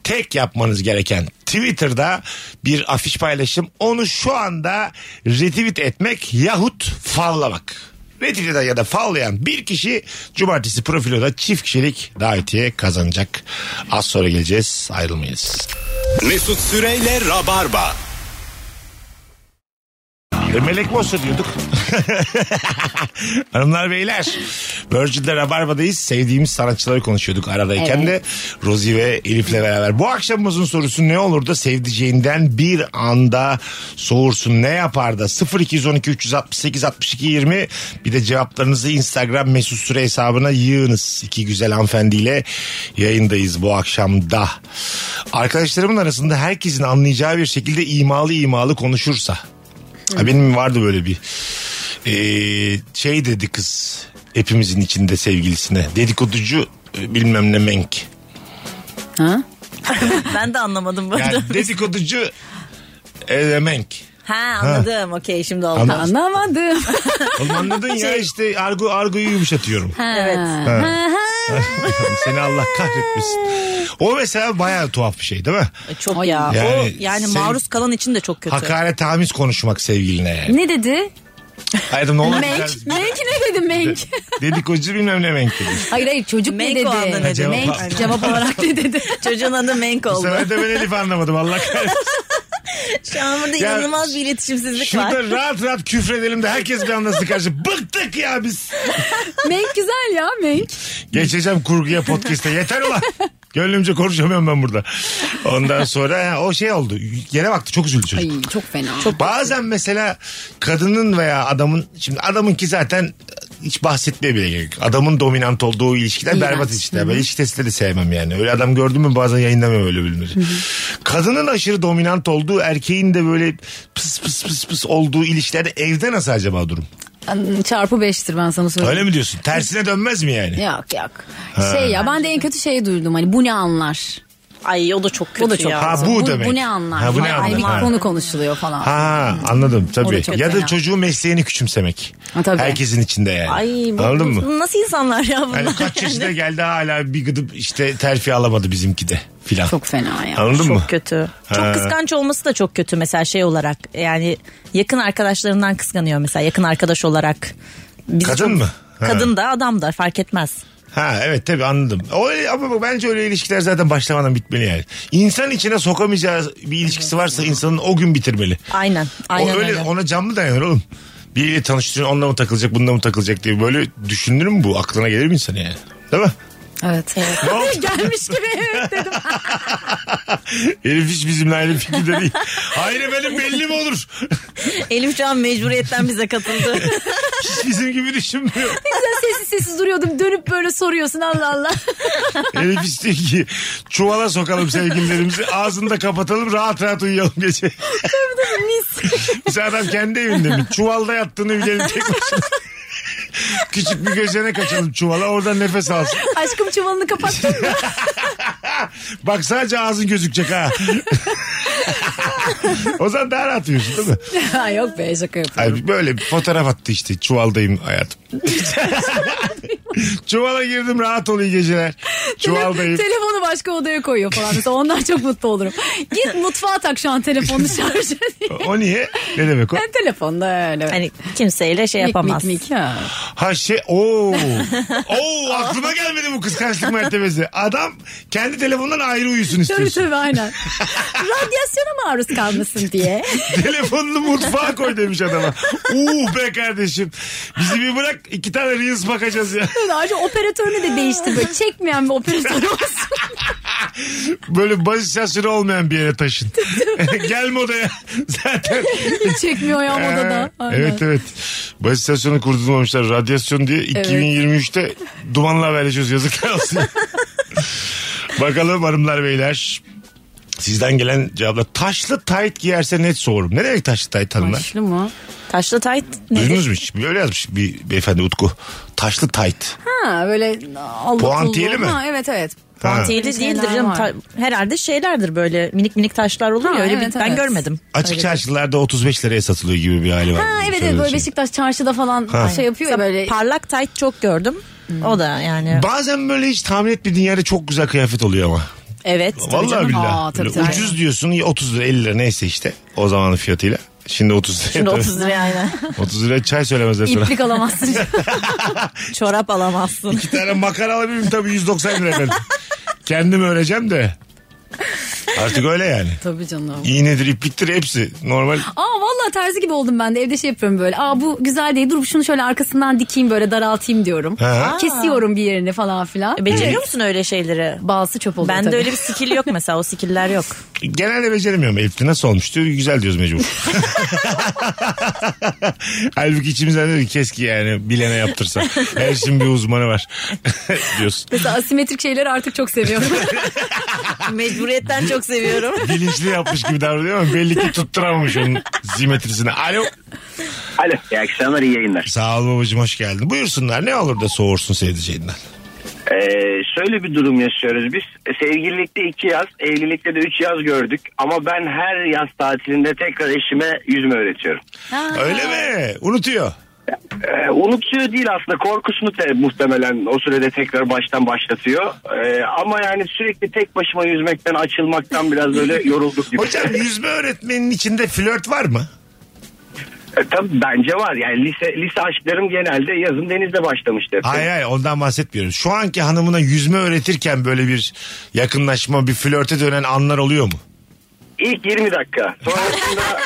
Speaker 3: Tek yapmanız gereken Twitter'da bir afiş paylaşım. Onu şu anda retweet etmek yahut favlamak. Retweet eden ya da favlayan bir kişi cumartesi profiloda çift kişilik davetiye kazanacak. Az sonra geleceğiz ayrılmayız.
Speaker 2: Mesut Süreyle Rabarba.
Speaker 3: E, Melek Mossa diyorduk. Hanımlar beyler. Virgin'de Rabarba'dayız. Sevdiğimiz sanatçıları konuşuyorduk aradayken de. Rozi ve Elif'le beraber. Bu akşamımızın sorusu ne olur da sevdiceğinden bir anda soğursun. Ne yapar da 0212 368 62 20 bir de cevaplarınızı Instagram mesut süre hesabına yığınız. İki güzel hanımefendiyle yayındayız bu akşamda. Arkadaşlarımın arasında herkesin anlayacağı bir şekilde imalı imalı konuşursa. Ha, benim vardı böyle bir Ee, şey dedi kız hepimizin içinde sevgilisine dedikoducu e, bilmem ne menk.
Speaker 5: Ben de anlamadım bu arada.
Speaker 3: Yani dedikoducu e, menk.
Speaker 5: Ha anladım okey şimdi oldu.
Speaker 3: Anladım.
Speaker 4: Anlamadım.
Speaker 3: Oğlum anladın ya işte argo argoyu yumuşatıyorum.
Speaker 5: Evet.
Speaker 3: Seni Allah kahretmesin. O mesela bayağı tuhaf bir şey değil mi?
Speaker 5: Çok ya.
Speaker 3: Yani
Speaker 5: Yani, o, yani
Speaker 3: sen-
Speaker 5: maruz kalan için de çok kötü.
Speaker 3: Hakaret hamis konuşmak sevgiline yani.
Speaker 4: ne dedi?
Speaker 3: Hayatım ne olur
Speaker 4: Menk.
Speaker 3: güzel-
Speaker 4: Menk ne dedi Menk?
Speaker 3: Dedikoducu bilmem ne menk dedi.
Speaker 4: Hayır hayır çocuk
Speaker 5: Menk
Speaker 4: ne dedi?
Speaker 5: o anda ne
Speaker 3: Ha, cevap-
Speaker 4: Menk
Speaker 3: Aynen.
Speaker 4: cevap olarak ne dedi?
Speaker 5: Çocuğun adı Menk
Speaker 3: Bu
Speaker 5: oldu.
Speaker 3: sefer de ben Elif anlamadım Allah kahretsin.
Speaker 5: Şu an burada
Speaker 3: Ya-
Speaker 5: inanılmaz bir iletişimsizlik var.
Speaker 3: Şurada rahat rahat küfredelim de herkes bir anlasın karşı. Bıktık ya biz.
Speaker 4: Menk güzel ya Menk.
Speaker 3: Geçeceğim kurguya podcast'e yeter ulan. Gönlümce konuşamıyorum ben burada. Ondan sonra ha, o şey oldu. Yere baktı çok üzüldü çocuk.
Speaker 4: Ay çok fena.
Speaker 3: Bazen mesela kadının veya adamın şimdi adamın ki zaten hiç bahsetmeye bile gerek yok. Adamın dominant olduğu ilişkiler
Speaker 4: İğrenç.
Speaker 3: berbat ilişkiler. Ben ilişki testleri de sevmem yani. Öyle adam gördüm mü bazen yayınlamıyorum öyle bilinir. Kadının aşırı dominant olduğu erkeğin de böyle pıs pıs pıs pıs olduğu ilişkilerde evde nasıl acaba durum?
Speaker 4: Çarpı beştir ben sana söyleyeyim.
Speaker 3: Öyle mi diyorsun? Tersine dönmez mi yani?
Speaker 4: Yok yok. Şey ya ben de en kötü şeyi duydum hani bu ne anlar?
Speaker 5: Ay o da çok kötü
Speaker 4: Bu da çok
Speaker 5: ya.
Speaker 3: Ha, bu demek.
Speaker 4: Bu ne anlar?
Speaker 3: Ha, bu ne
Speaker 4: Ay,
Speaker 3: anlar?
Speaker 4: bir
Speaker 3: Ha.
Speaker 4: konu konuşuluyor falan.
Speaker 3: Ha anladım
Speaker 4: O
Speaker 3: tabii.
Speaker 4: da çok
Speaker 3: Ya da
Speaker 4: fena.
Speaker 3: çocuğun mesleğini küçümsemek.
Speaker 4: Ha, tabii.
Speaker 3: Herkesin içinde yani.
Speaker 5: Ay bu,
Speaker 3: Anladın
Speaker 5: bu-
Speaker 3: mı?
Speaker 5: nasıl insanlar ya bunlar?
Speaker 3: Hani kaç yaşına geldi hala bir gıdıp işte terfi alamadı bizimki de filan.
Speaker 4: Çok fena ya.
Speaker 3: Anladın
Speaker 5: çok
Speaker 3: mı?
Speaker 5: kötü.
Speaker 3: Ha.
Speaker 5: Çok kıskanç olması da çok kötü mesela şey olarak. Yani yakın arkadaşlarından kıskanıyor mesela yakın arkadaş olarak. Bizi
Speaker 3: Kadın mı? Ha.
Speaker 5: Kadın da adam da fark etmez.
Speaker 3: Ha evet tabii anladım. O, ama bu- bence öyle ilişkiler zaten başlamadan bitmeli yani. İnsan içine sokamayacağı bir ilişkisi varsa insanın o gün bitirmeli.
Speaker 5: Aynen. Aynen
Speaker 3: o öyle,
Speaker 5: öyle.
Speaker 3: Ona can mı dayanır oğlum? Biriyle tanıştırıyorsun onunla mı takılacak bununla mı takılacak diye böyle düşünür mü bu? Aklına gelir mi insan yani? Değil mi?
Speaker 4: Evet.
Speaker 3: Ne oldu?
Speaker 4: Gelmiş gibi evet dedim.
Speaker 3: Elif hiç bizimle aynı fikirde değil. Hayır benim belli mi olur?
Speaker 5: Elif şu an mecburiyetten bize katıldı.
Speaker 3: Hiç bizim gibi düşünmüyor.
Speaker 4: Ben sessiz sessiz duruyordum dönüp böyle soruyorsun Allah Allah.
Speaker 3: Elif istiyor ki çuvala sokalım sevgililerimizi. Ağzını da kapatalım rahat rahat uyuyalım gece. Mesela adam kendi evinde mi? Çuvalda yattığını bilelim tek başına. Küçük bir gözene kaçalım çuvala oradan nefes alsın.
Speaker 4: Aşkım çuvalını kapattın mı?
Speaker 3: Bak sadece ağzın gözükecek ha. o zaman daha rahat uyuyorsun değil mi?
Speaker 4: Ha, Yok be şaka yapıyorum.
Speaker 3: Ay, böyle bir fotoğraf attı işte çuvaldayım hayatım. Çuvala girdim rahat ol iyi geceler. Çuvaldayım.
Speaker 4: Telefonu başka odaya koyuyor falan. Mesela ondan çok mutlu olurum. Git mutfağa tak şu an telefonunu şarj et.
Speaker 3: O niye? Ne demek o?
Speaker 4: Ben telefonda öyle.
Speaker 5: Hani kimseyle şey
Speaker 4: mik mik
Speaker 5: yapamaz.
Speaker 4: mik ya.
Speaker 3: Ha şey ooo. Oo aklıma gelmedi bu kıskançlık mertebesi. Adam kendi telefondan ayrı uyusun
Speaker 4: Tabii
Speaker 3: istiyorsun.
Speaker 4: tabii aynen. Radyasyona maruz kalmasın diye.
Speaker 3: Telefonunu mutfağa koy demiş adama. Uh be kardeşim. Bizi bir bırak iki tane reels bakacağız ya.
Speaker 4: Ayrıca operatörünü de değiştir böyle. Çekmeyen bir operatör olsun.
Speaker 3: Böyle basit olmayan bir yere taşın. Gelme odaya. Zaten
Speaker 4: Hiç çekmiyor ya odada.
Speaker 3: Ee,
Speaker 4: Aynen.
Speaker 3: Evet evet. Baz istasyonu kurdurmamışlar. Radyasyon diye 2023'te dumanla haberleşiyoruz. Yazıklar olsun. Bakalım hanımlar beyler. Sizden gelen cevaplar. Taşlı tayt giyerse net soğurum. Ne demek taşlı tayt hanımlar?
Speaker 4: Başlı mı?
Speaker 5: Taşlı tayt
Speaker 3: Duydunuz
Speaker 5: nedir?
Speaker 3: mu hiç? Böyle yazmış bir beyefendi Utku. Taşlı tayt.
Speaker 4: Ha böyle aldatıldı.
Speaker 3: Puantiyeli mi?
Speaker 4: Ha, evet evet.
Speaker 3: Ha.
Speaker 5: Teyli
Speaker 4: Öyle şeyler
Speaker 5: değildir canım.
Speaker 4: var.
Speaker 5: Ta- herhalde şeylerdir böyle minik minik taşlar olur
Speaker 4: Ha,
Speaker 5: ya öyle
Speaker 4: evet,
Speaker 5: bir ben
Speaker 4: evet.
Speaker 5: görmedim.
Speaker 3: Açık çarşılarda 35 liraya satılıyor gibi bir hali var.
Speaker 4: Ha evet evet
Speaker 3: Söylediği
Speaker 4: böyle
Speaker 3: şey.
Speaker 4: Beşiktaş çarşıda falan
Speaker 3: Ha.
Speaker 4: şey yapıyor ya böyle. Hmm.
Speaker 5: Parlak tayt çok gördüm. O da yani.
Speaker 3: Bazen böyle hiç tahmin etmediğin yerde çok güzel kıyafet oluyor ama.
Speaker 5: evet. tabii
Speaker 3: Vallahi şey
Speaker 5: canım.
Speaker 3: billahi.
Speaker 4: Aa, tabii,
Speaker 3: Böyle
Speaker 4: tabii.
Speaker 3: Ucuz diyorsun ya 30 lira 50 lira neyse işte o zamanın fiyatıyla. Şimdi 30 lira.
Speaker 5: Şimdi 30 liraya aynen.
Speaker 3: 30 liraya çay söylemezler sana.
Speaker 4: İplik alamazsın.
Speaker 5: Çorap alamazsın.
Speaker 3: Bir tane makara alabilirim tabii 190 lira ben. Kendim öreceğim de. Artık öyle yani.
Speaker 4: Tabii canım.
Speaker 3: İğnedir, ipliktir hepsi normal.
Speaker 4: Aa vallahi terzi gibi oldum ben de evde şey yapıyorum böyle. Aa bu güzel değil dur şunu şöyle arkasından dikeyim böyle daraltayım diyorum.
Speaker 3: Ha.
Speaker 4: Kesiyorum bir yerini falan filan.
Speaker 5: Beceriyor musun öyle şeyleri?
Speaker 4: Bazısı çöp oluyor
Speaker 5: Bende
Speaker 4: tabii.
Speaker 5: öyle bir skill yok mesela o skiller yok.
Speaker 3: Genelde beceremiyorum. Elif'te nasıl olmuştu? Güzel diyoruz mecbur. Halbuki içimizden dedi ki, keşke yani bilene yaptırsa. Her işin bir uzmanı var diyorsun.
Speaker 4: Mesela asimetrik şeyleri artık çok seviyorum.
Speaker 5: Mecburiyetten çok seviyorum.
Speaker 3: Bilinçli yapmış gibi davranıyor ama belli ki tutturamamış onun simetrisini. Alo.
Speaker 8: Alo. İyi akşamlar, iyi yayınlar.
Speaker 3: Sağ ol babacığım hoş geldin. Buyursunlar ne olur da soğursun sevdiceğinden.
Speaker 8: Ee, şöyle bir durum yaşıyoruz biz. E, Sevgililikte iki yaz, evlilikte de üç yaz gördük. Ama ben her yaz tatilinde tekrar eşime yüzme öğretiyorum.
Speaker 3: Öyle mi? Unutuyor.
Speaker 8: Ee, unutuyor değil aslında korkusunu te- muhtemelen o sürede tekrar baştan başlatıyor. Ee, ama yani sürekli tek başıma yüzmekten, açılmaktan biraz böyle yorulduk gibi.
Speaker 3: Hocam yüzme öğretmeninin içinde flört var mı?
Speaker 8: Ee, tabii bence var yani lise, lise aşklarım genelde yazın denizde başlamıştır.
Speaker 3: Hayır hayır ondan bahsetmiyorum. Şu anki hanımına yüzme öğretirken böyle bir yakınlaşma bir flörte dönen anlar oluyor mu?
Speaker 8: İlk 20 dakika. Sonrasında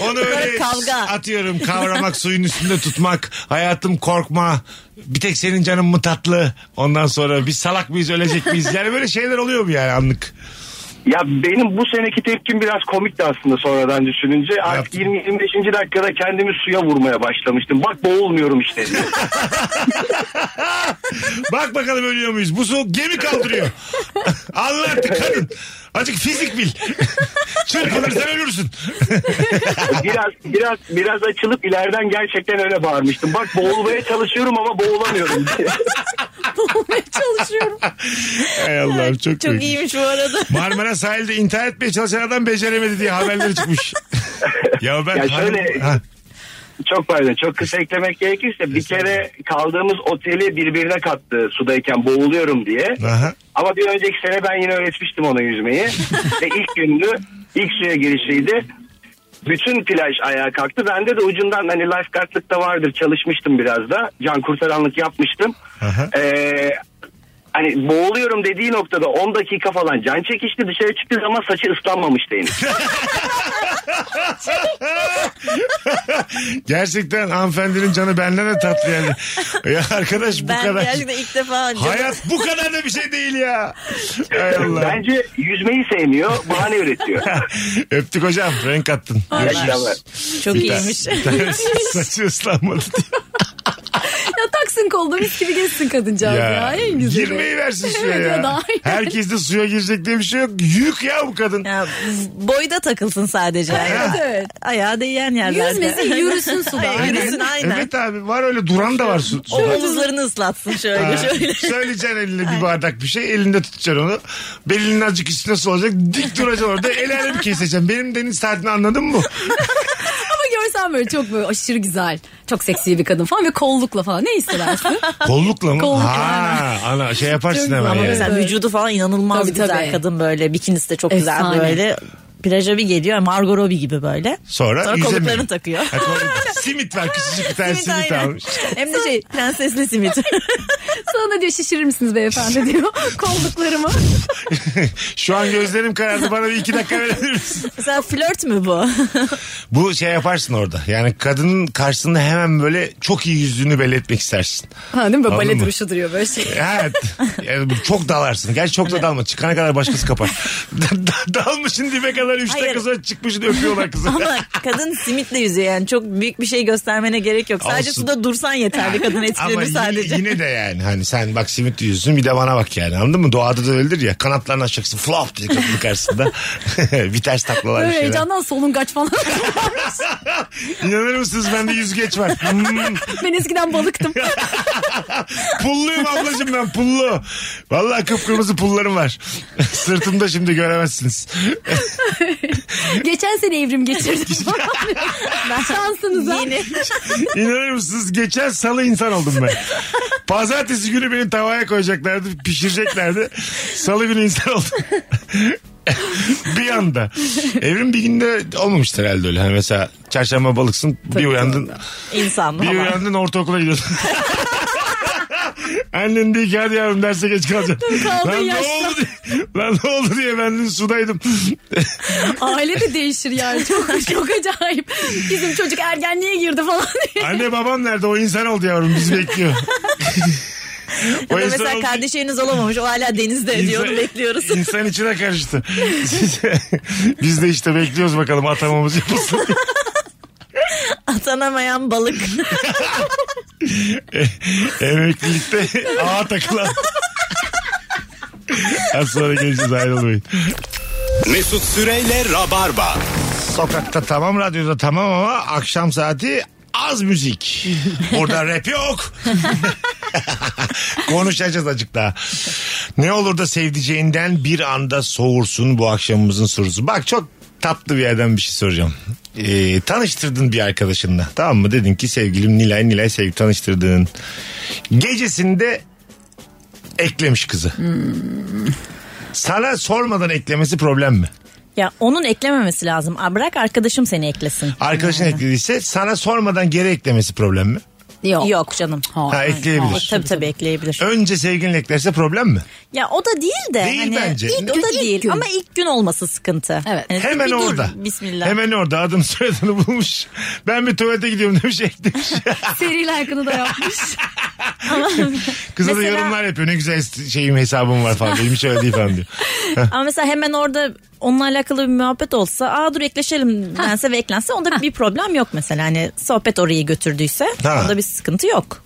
Speaker 3: Onu öyle
Speaker 5: kavga.
Speaker 3: atıyorum kavramak suyun üstünde tutmak hayatım korkma bir tek senin canın mı tatlı ondan sonra biz salak mıyız ölecek miyiz yani böyle şeyler oluyor mu yani anlık?
Speaker 8: Ya benim bu seneki tepkim biraz komikti aslında sonradan düşününce. Artık
Speaker 3: yaptın?
Speaker 8: 20-25. dakikada kendimi suya vurmaya başlamıştım. Bak boğulmuyorum işte. diye.
Speaker 3: Bak bakalım ölüyor muyuz? Bu soğuk gemi kaldırıyor. Allah artık kadın. Azıcık fizik bil. Çırpınırsan ölürsün.
Speaker 8: biraz biraz biraz açılıp ileriden gerçekten öyle bağırmıştım. Bak boğulmaya çalışıyorum ama boğulamıyorum diye.
Speaker 4: Olmaya çalışıyorum.
Speaker 3: Hay Allah'ım çok,
Speaker 5: Çok
Speaker 3: büyük.
Speaker 5: iyiymiş bu arada.
Speaker 3: Marmara sahilde intihar etmeye çalışan adam beceremedi diye haberleri çıkmış. ya ben hani-
Speaker 8: Ya şöyle-
Speaker 3: Ha,
Speaker 8: Çok pardon. Çok kısa eklemek gerekirse bir kere kaldığımız oteli birbirine kattı sudayken boğuluyorum diye.
Speaker 3: aha.
Speaker 8: Ama bir önceki sene ben yine öğretmiştim ona yüzmeyi. Ve ilk gündü, ilk suya girişiydi. Bütün plaj ayağa kalktı. Bende de ucundan hani lifeguardlık da vardır çalışmıştım biraz da. Can kurtaranlık yapmıştım.
Speaker 3: Aha.
Speaker 8: Ee, hani boğuluyorum dediği noktada 10 dakika falan can çekişti. Dışarı çıktığı zaman saçı ıslanmamıştı henüz.
Speaker 3: Gerçekten hanımefendinin canı benden de tatlı yani. Ya arkadaş bu
Speaker 5: Ben
Speaker 3: kadar.
Speaker 5: gerçekten ilk defa önce.
Speaker 3: Hayat bu kadar da bir şey değil ya. Hay Allah.
Speaker 8: Bence yüzmeyi sevmiyor. Bahane üretiyor.
Speaker 3: Öptük hocam. Renk attın.
Speaker 8: Yaşamlar.
Speaker 5: Çok iyiymiş.
Speaker 3: Saçı ıslanmadı diye.
Speaker 4: Ya taksın kolda mis gibi gezsin kadıncağız ya. En güzeli.
Speaker 3: girmeyi versin suya
Speaker 4: Evet, o
Speaker 3: ya.
Speaker 4: daha iyi.
Speaker 3: Herkes de suya girecek diye bir şey yok. Yük ya bu kadın.
Speaker 5: Ya, boyda takılsın sadece.
Speaker 4: Evet,
Speaker 5: ayağa.
Speaker 4: evet.
Speaker 5: Ayağı değen yerlerde.
Speaker 4: Yüzmesin yürüsün suda.
Speaker 5: Yürüsün aynen.
Speaker 3: Evet abi var öyle duran da var su.
Speaker 5: O omuzlarını ıslatsın şöyle şöyle.
Speaker 3: Söyleyeceksin eline bir bardak bir şey. Elinde tutacaksın onu. Belinin azıcık üstüne su olacak. Dik duracaksın orada. El alem keseceksin. Benim deniz saatini anladın mı?
Speaker 4: Ama görsen böyle çok böyle aşırı güzel. Çok seksi bir kadın falan ve kollukla falan ne hissedersin?
Speaker 3: Kollukla mı?
Speaker 4: Kollukla,
Speaker 3: ha, ana şey yaparsın
Speaker 4: Çok
Speaker 3: hemen
Speaker 4: güzel.
Speaker 5: Ama
Speaker 3: yani.
Speaker 5: mesela
Speaker 4: Evet.
Speaker 5: vücudu falan inanılmaz
Speaker 4: Tabii,
Speaker 5: güzel
Speaker 4: tabii.
Speaker 5: kadın böyle. Bikinisi de çok
Speaker 4: Efsane.
Speaker 5: güzel böyle. Plaja bir geliyor Margot Robbie gibi böyle.
Speaker 3: Sonra,
Speaker 5: Sonra
Speaker 3: yüzemiyor.
Speaker 5: koluklarını takıyor.
Speaker 3: Ha, kolluk- simit var küçücük bir tane simit,
Speaker 5: aynen.
Speaker 3: almış.
Speaker 5: Hem de şey prensesli simit.
Speaker 4: Sonra da diyor şişirir misiniz beyefendi diyor. Kolluklarımı.
Speaker 3: Şu an gözlerim karardı bana bir iki dakika verebilir misin?
Speaker 5: Mesela flört mü bu?
Speaker 3: Bu şey yaparsın orada. Yani kadının karşısında hemen böyle çok iyi yüzünü belli etmek istersin.
Speaker 4: Ha değil mi? Böyle
Speaker 3: Anladın
Speaker 4: bale
Speaker 3: mı?
Speaker 4: duruşu duruyor böyle şey. Hani-
Speaker 3: Evet. Yani bu çok dalarsın. Gerçi çok da dalma. Çıkana kadar başkası kapar. Da- da- Dalmışın dibe kadar 3
Speaker 5: Hayır.
Speaker 3: dakika sonra çıkmışın öpüyorlar kızı.
Speaker 5: Ama kadın simitle yüzüyor yani çok büyük bir şey göstermene gerek yok. Sadece
Speaker 3: Olsun.
Speaker 5: suda dursan yeterli kadın
Speaker 3: Ama
Speaker 5: etkilenir
Speaker 3: yine,
Speaker 5: sadece.
Speaker 3: yine de yani hani sen bak simit yüzsün bir de bana bak yani anladın mı? Doğada da öyledir ya kanatlarını açacaksın flop diye kapının karşısında. bir ters taklalar bir
Speaker 4: Böyle
Speaker 3: şeyler.
Speaker 4: heyecandan solungaç falan.
Speaker 3: İnanır mısınız bende yüzgeç var. Hmm.
Speaker 4: ben eskiden balıktım.
Speaker 3: Pulluyum ablacığım ben pullu. Vallahi kıpkırmızı pullarım var. Sırtımda şimdi göremezsiniz.
Speaker 4: Geçen sene evrim geçirdim. Şansınıza.
Speaker 5: Yeni.
Speaker 3: İnanır mısınız geçen salı insan oldum ben. Pazartesi günü beni tavaya koyacaklardı pişireceklerdi. Salı günü insan oldum. bir anda. Evrim bir günde olmamıştır herhalde öyle. Hani mesela çarşamba balıksın bir uyandın.
Speaker 5: İnsan.
Speaker 3: Bir
Speaker 5: falan.
Speaker 3: uyandın ortaokula gidiyorsun. Annen diyor ki hadi yavrum derse geç kalacağım.
Speaker 4: kaldın
Speaker 3: Lan ne,
Speaker 4: yaşta.
Speaker 3: oldu diye, lan ne oldu diye ben dün sudaydım.
Speaker 4: Aile de değişir yani. Çok çok acayip. Bizim çocuk ergenliğe girdi falan diye.
Speaker 3: Anne babam nerede o insan oldu yavrum bizi bekliyor. o
Speaker 5: Ya da
Speaker 3: insan
Speaker 5: mesela
Speaker 3: oldu.
Speaker 5: kardeşleriniz olamamış o hala denizde diyor onu bekliyoruz.
Speaker 3: İnsan içine karıştı. Biz de işte bekliyoruz bakalım atamamız yapılsın.
Speaker 5: Atanamayan balık.
Speaker 3: Emeklilikte ağa takılan. Az sonra geleceğiz ayrılmayın.
Speaker 2: Mesut Süreyle Rabarba.
Speaker 3: Sokakta tamam, radyoda tamam ama akşam saati az müzik. Burada rap yok. Konuşacağız azıcık daha. Ne olur da sevdiceğinden bir anda soğursun bu akşamımızın sorusu. Bak çok tatlı bir yerden bir şey soracağım. Ee, tanıştırdın bir arkadaşınla tamam mı? Dedin ki sevgilim Nilay Nilay sevgi tanıştırdın. Gecesinde eklemiş kızı. Sana sormadan eklemesi problem mi?
Speaker 5: ya onun eklememesi lazım. Aa, Bırak arkadaşım seni eklesin.
Speaker 3: Arkadaşın eklediyse sana sormadan geri eklemesi problem mi?
Speaker 4: Yok.
Speaker 5: Yok canım.
Speaker 3: Ha, ekleyebilir.
Speaker 5: Tabii tabii, tabii ekleyebilir.
Speaker 3: Önce sevgilin eklerse problem mi?
Speaker 5: Ya o da değil de. hani
Speaker 3: Değil bence.
Speaker 5: ilk- o
Speaker 4: gün,
Speaker 5: da
Speaker 4: ilk
Speaker 5: değil
Speaker 4: gün.
Speaker 5: ama ilk gün olması sıkıntı.
Speaker 4: Evet.
Speaker 5: Yani
Speaker 3: Hemen
Speaker 5: E, bir dur,
Speaker 3: orada.
Speaker 5: bismillah.
Speaker 3: Hemen orada adını soyadını bulmuş. Ben bir tuvalete gidiyorum demiş eklemiş.
Speaker 4: Seriyle hakkını da yapmış.
Speaker 3: Kıza da
Speaker 5: Mesela-
Speaker 3: yorumlar yapıyor. Ne güzel şeyim hesabım var falan. Benim hiç öyle değil falan diyor.
Speaker 5: Ama mesela hemen orada onunla alakalı bir muhabbet olsa aa dur ekleşelim dense ve eklense onda bir problem yok mesela. Hani sohbet oraya götürdüyse
Speaker 3: Ha.
Speaker 5: onda bir sıkıntı yok.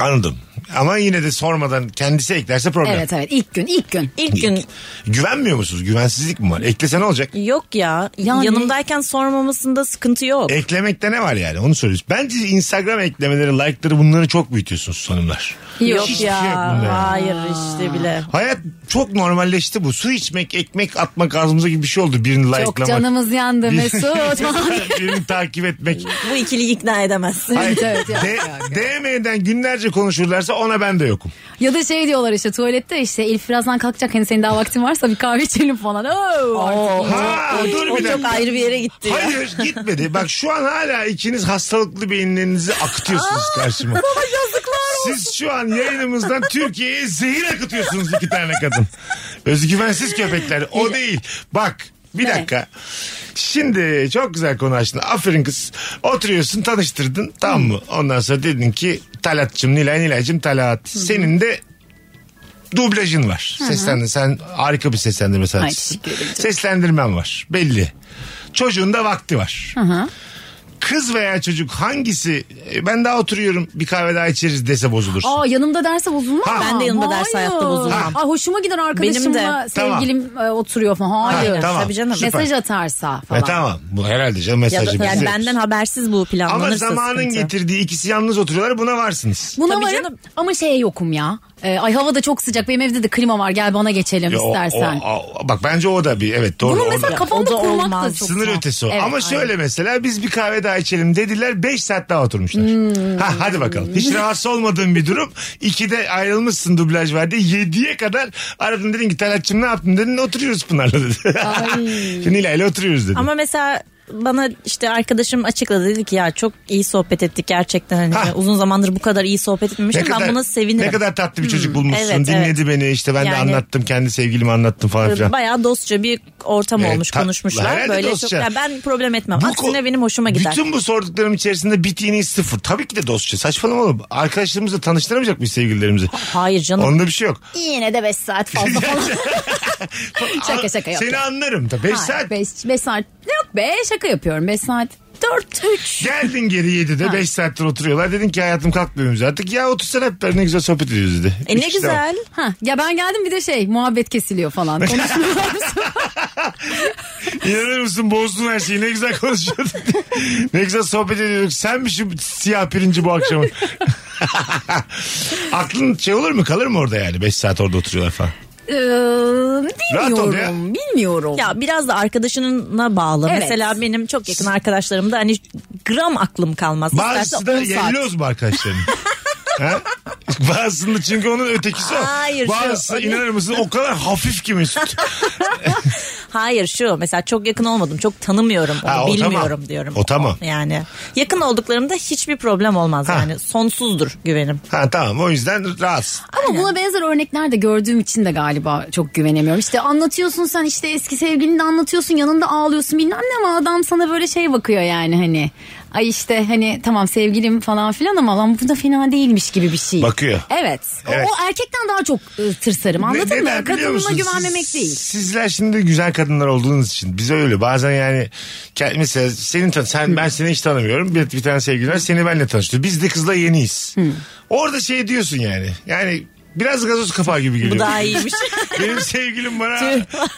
Speaker 3: Anladım. Ama yine de sormadan kendisi eklerse problem.
Speaker 4: evet evet ilk gün ilk gün.
Speaker 5: İlk gün
Speaker 3: Güvenmiyor musunuz? Güvensizlik mi var? Eklese ne olacak?
Speaker 5: yok ya
Speaker 4: Yani-
Speaker 5: yanımdayken sormamasında sıkıntı yok.
Speaker 3: Eklemekte ne var yani onu soruyoruz. Bence Instagram eklemeleri, like'ları bunları çok büyütüyorsunuz hanımlar.
Speaker 4: Yok
Speaker 3: Hiçbir şey
Speaker 5: ya
Speaker 3: yok bunda ya.
Speaker 5: hayır işte bile.
Speaker 3: Hayat çok normalleşti bu. Su içmek, ekmek atmak ağzımıza gibi bir şey oldu. Birini likelamak.
Speaker 4: Çok canımız yandı
Speaker 3: bir-
Speaker 4: Mesut.
Speaker 3: birini takip etmek.
Speaker 5: Bu ikiliyi ikna edemezsin.
Speaker 3: Hayır,
Speaker 4: evet, yok,
Speaker 3: D- DM'den günlerce konuşurlarsa ona ben de yokum.
Speaker 4: ya da şey diyorlar işte tuvalette işte Elif birazdan kalkacak hani senin daha vaktin varsa bir kahve içelim falan. Oo, artık
Speaker 5: Oo,
Speaker 3: Ha,
Speaker 5: o-
Speaker 3: dur
Speaker 5: o
Speaker 3: bir
Speaker 5: çok
Speaker 3: dakika.
Speaker 5: ayrı bir yere gitti. ya.
Speaker 3: Hayır gitmedi. Bak şu an hala ikiniz hastalıklı beyinlerinizi akıtıyorsunuz karşıma. Bana yazıklar Siz şu an yayınımızdan Türkiye'ye zehir akıtıyorsunuz iki tane kadın. Özgüvensiz köpekler. O değil. Bak bir
Speaker 4: Ne?
Speaker 3: dakika. Şimdi çok güzel konu açtın. Aferin kız. Oturuyorsun tanıştırdın tamam mı? Ondan sonra dedin ki Talat'cığım Nilay Nilay'cığım Talat. Senin de dublajın var. Seslendir. Sen harika bir seslendirme sanatçısın.
Speaker 4: teşekkür ederim.
Speaker 3: Seslendirmen var. Belli. Çocuğun da vakti var. Kız veya çocuk hangisi e, ben daha oturuyorum bir kahve daha içeriz dese bozulursun.
Speaker 4: Aa yanımda derse bozulmaz.
Speaker 3: Ha. Ben
Speaker 5: de yanımda derse
Speaker 4: Hayır.
Speaker 5: hayatta bozulmam.
Speaker 4: Aa, hoşuma gider arkadaşımla
Speaker 5: Tamam.
Speaker 4: sevgilim e, oturuyor falan. Hayır.
Speaker 3: Ha, tamam.
Speaker 5: Tabii canım.
Speaker 3: Süper.
Speaker 4: Mesaj atarsa falan.
Speaker 3: E, tamam. Bu herhalde canım
Speaker 5: Ya
Speaker 3: mesajı.
Speaker 5: da, yani
Speaker 3: bize-
Speaker 5: benden habersiz bu planlanırsa
Speaker 3: şey. Ama zamanın
Speaker 5: sıkıntı.
Speaker 3: getirdiği ikisi yalnız oturuyorlar buna varsınız.
Speaker 4: Buna
Speaker 5: Tabii
Speaker 4: varım
Speaker 5: canım.
Speaker 4: ama şeye yokum ya. E, ay hava da çok sıcak benim evde de klima var gel bana geçelim
Speaker 3: Ya o-
Speaker 4: istersen.
Speaker 3: o- o- bak bence o da bir evet doğru.
Speaker 4: Bunu
Speaker 3: orada-
Speaker 4: mesela kafamda
Speaker 5: O da
Speaker 4: kurmak da
Speaker 5: olmaz.
Speaker 4: çok
Speaker 3: Sınır
Speaker 4: zor.
Speaker 3: ötesi o.
Speaker 4: Evet,
Speaker 3: Ama şöyle mesela biz bir kahve daha içelim dediler 5 saat daha oturmuşlar.
Speaker 5: Hmm.
Speaker 3: Ha hadi bakalım. Hiç rahatsız olmadığın bir durum. 2'de ayrılmışsın dublaj verdi. 7'ye kadar aradın dedin ki Talatçım ne yaptın dedin oturuyoruz Pınar'la dedi. Şimdi ile oturuyoruz dedi.
Speaker 5: Ama mesela bana işte arkadaşım açıkladı dedi ki ya çok iyi sohbet ettik gerçekten hani
Speaker 3: Ha.
Speaker 5: uzun zamandır bu kadar iyi sohbet
Speaker 3: ne
Speaker 5: etmemiştim ben
Speaker 3: kadar,
Speaker 5: buna sevinirim. Hmm.
Speaker 3: ne kadar tatlı bir çocuk bulmuşsun.
Speaker 5: evet,
Speaker 3: Dinledi beni işte ben de
Speaker 5: Yani- Ee,
Speaker 3: anlattım. Kendi sevgilimi anlattım falan filan.
Speaker 5: Bayağı dostça bir ortam
Speaker 3: Evet,
Speaker 5: olmuş
Speaker 3: E, ta-
Speaker 5: konuşmuşlar.
Speaker 3: herhalde
Speaker 5: Böyle
Speaker 3: dostça.
Speaker 5: çok ya ben problem etmem.
Speaker 3: Bu
Speaker 5: Aksine
Speaker 3: ko-
Speaker 5: benim hoşuma gider.
Speaker 3: Bütün bu sorduklarım içerisinde bittiğini sıfır. Tabii ki de dostça. Saçmalama oğlum. Arkadaşlarımızla tanıştıramayacak mıyız sevgililerimizi?
Speaker 5: Hayır canım.
Speaker 3: Onda bir şey yok.
Speaker 4: Yine de 5 saat fazla falan. Şaka şaka
Speaker 3: Seni
Speaker 4: yapıyorum.
Speaker 3: anlarım. 5 saat
Speaker 4: 5 saat. Yok be şaka yapıyorum 5 saat. 4 3.
Speaker 3: Geldin geri 7'de 5 saattir oturuyorlar. Dedin ki hayatım kalkmıyoruz artık. Ya otursana hep beraber ne güzel sohbet ediyoruz dedi.
Speaker 5: E
Speaker 3: Üç
Speaker 5: ne
Speaker 3: kişi de var.
Speaker 5: güzel.
Speaker 4: Ha, ya ben geldim bir de şey muhabbet kesiliyor falan. Konuşmuyoruz.
Speaker 3: İnanır mısın bozdun her şeyi ne güzel konuşuyorduk. ne güzel sohbet ediyorduk. Sen mi şu siyah pirinci bu akşamın? Aklın şey olur mu kalır mı orada yani 5 saat orada oturuyorlar falan.
Speaker 4: Ee,
Speaker 3: Rahat ol ya.
Speaker 4: bilmiyorum. Bilmiyorum.
Speaker 5: Ya biraz da arkadaşınına bağlı.
Speaker 4: Evet.
Speaker 5: Mesela benim çok yakın arkadaşlarım da hani gram aklım kalmaz.
Speaker 3: Bazısı
Speaker 5: İsterse
Speaker 3: da
Speaker 5: 10 saat.
Speaker 3: yelloz mu arkadaşların? Ha? Bazısında çünkü onun ötekisi o.
Speaker 5: Hayır, şu-
Speaker 3: Bazısı inanır mısın o kadar hafif ki Mesut.
Speaker 5: Hayır şu mesela çok yakın olmadım. Çok tanımıyorum onu.
Speaker 3: Ha, o
Speaker 5: bilmiyorum
Speaker 3: tamam.
Speaker 5: diyorum.
Speaker 3: O tamam.
Speaker 5: Yani yakın olduklarımda hiçbir problem olmaz
Speaker 3: Ha.
Speaker 5: yani. Sonsuzdur güvenim.
Speaker 3: Ha tamam o yüzden rahatsız.
Speaker 4: Ama buna benzer örnekler de gördüğüm için de galiba çok güvenemiyorum. İşte anlatıyorsun sen işte eski sevgilini de anlatıyorsun yanında ağlıyorsun bilmem ne ama adam sana böyle şey bakıyor yani hani. Ay işte hani tamam sevgilim falan filan ama lan bu da fena değilmiş gibi bir şey.
Speaker 3: Bakıyor.
Speaker 4: Evet. O-
Speaker 3: Evet.
Speaker 4: O, erkekten daha çok e, tırsarım anladın
Speaker 3: Ne- neden
Speaker 4: mı?
Speaker 3: biliyor
Speaker 4: Kadınına
Speaker 3: musun?
Speaker 4: güvenmemek
Speaker 3: Siz-
Speaker 4: değil.
Speaker 3: Sizler şimdi güzel kadınlar olduğunuz için bize öyle bazen yani ke- mesela senin tan sen ben seni hiç tanımıyorum. Bir, bir tane sevgilin var seni benle tanıştı. Biz de kızla yeniyiz.
Speaker 4: Hmm.
Speaker 3: Orada şey diyorsun yani. Yani biraz gazoz kapağı gibi geliyor.
Speaker 5: Bu daha iyiymiş.
Speaker 3: Benim sevgilim bana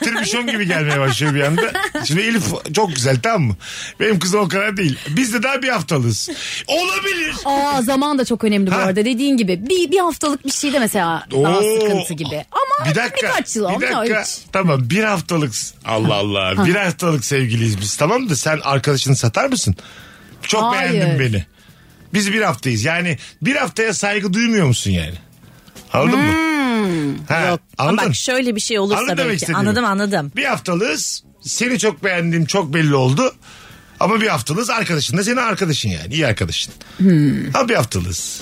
Speaker 3: tribüşon gibi gelmeye başlıyor bir anda. Şimdi Elif çok güzel tamam mı? Benim kız o kadar değil. Biz de daha bir haftalız. Olabilir.
Speaker 4: Aa zaman da çok önemli bu
Speaker 3: Ha.
Speaker 4: arada dediğin gibi. Bir, bir haftalık bir şey de mesela daha
Speaker 3: Oo.
Speaker 4: sıkıntı gibi. Ama
Speaker 3: bir dakika,
Speaker 4: birkaç yıl
Speaker 3: bir
Speaker 4: olmuyor.
Speaker 3: dakika.
Speaker 4: Hiç.
Speaker 3: Tamam bir haftalık Allah Allah bir haftalık sevgiliyiz biz tamam da sen arkadaşını satar mısın? Çok
Speaker 4: Hayır.
Speaker 3: beğendin beni. Biz bir haftayız yani bir haftaya saygı duymuyor musun yani? Anladın mı? Ha,
Speaker 5: Yok. Ama
Speaker 3: Anladın?
Speaker 5: bak şöyle bir şey olursa
Speaker 3: Anladın demek
Speaker 5: belki.
Speaker 3: istediğimi.
Speaker 5: Anladım anladım.
Speaker 3: Bir haftalığız seni çok beğendim çok belli oldu. Ama bir haftalığız arkadaşın da senin arkadaşın yani iyi arkadaşın. Ha bir haftalığız.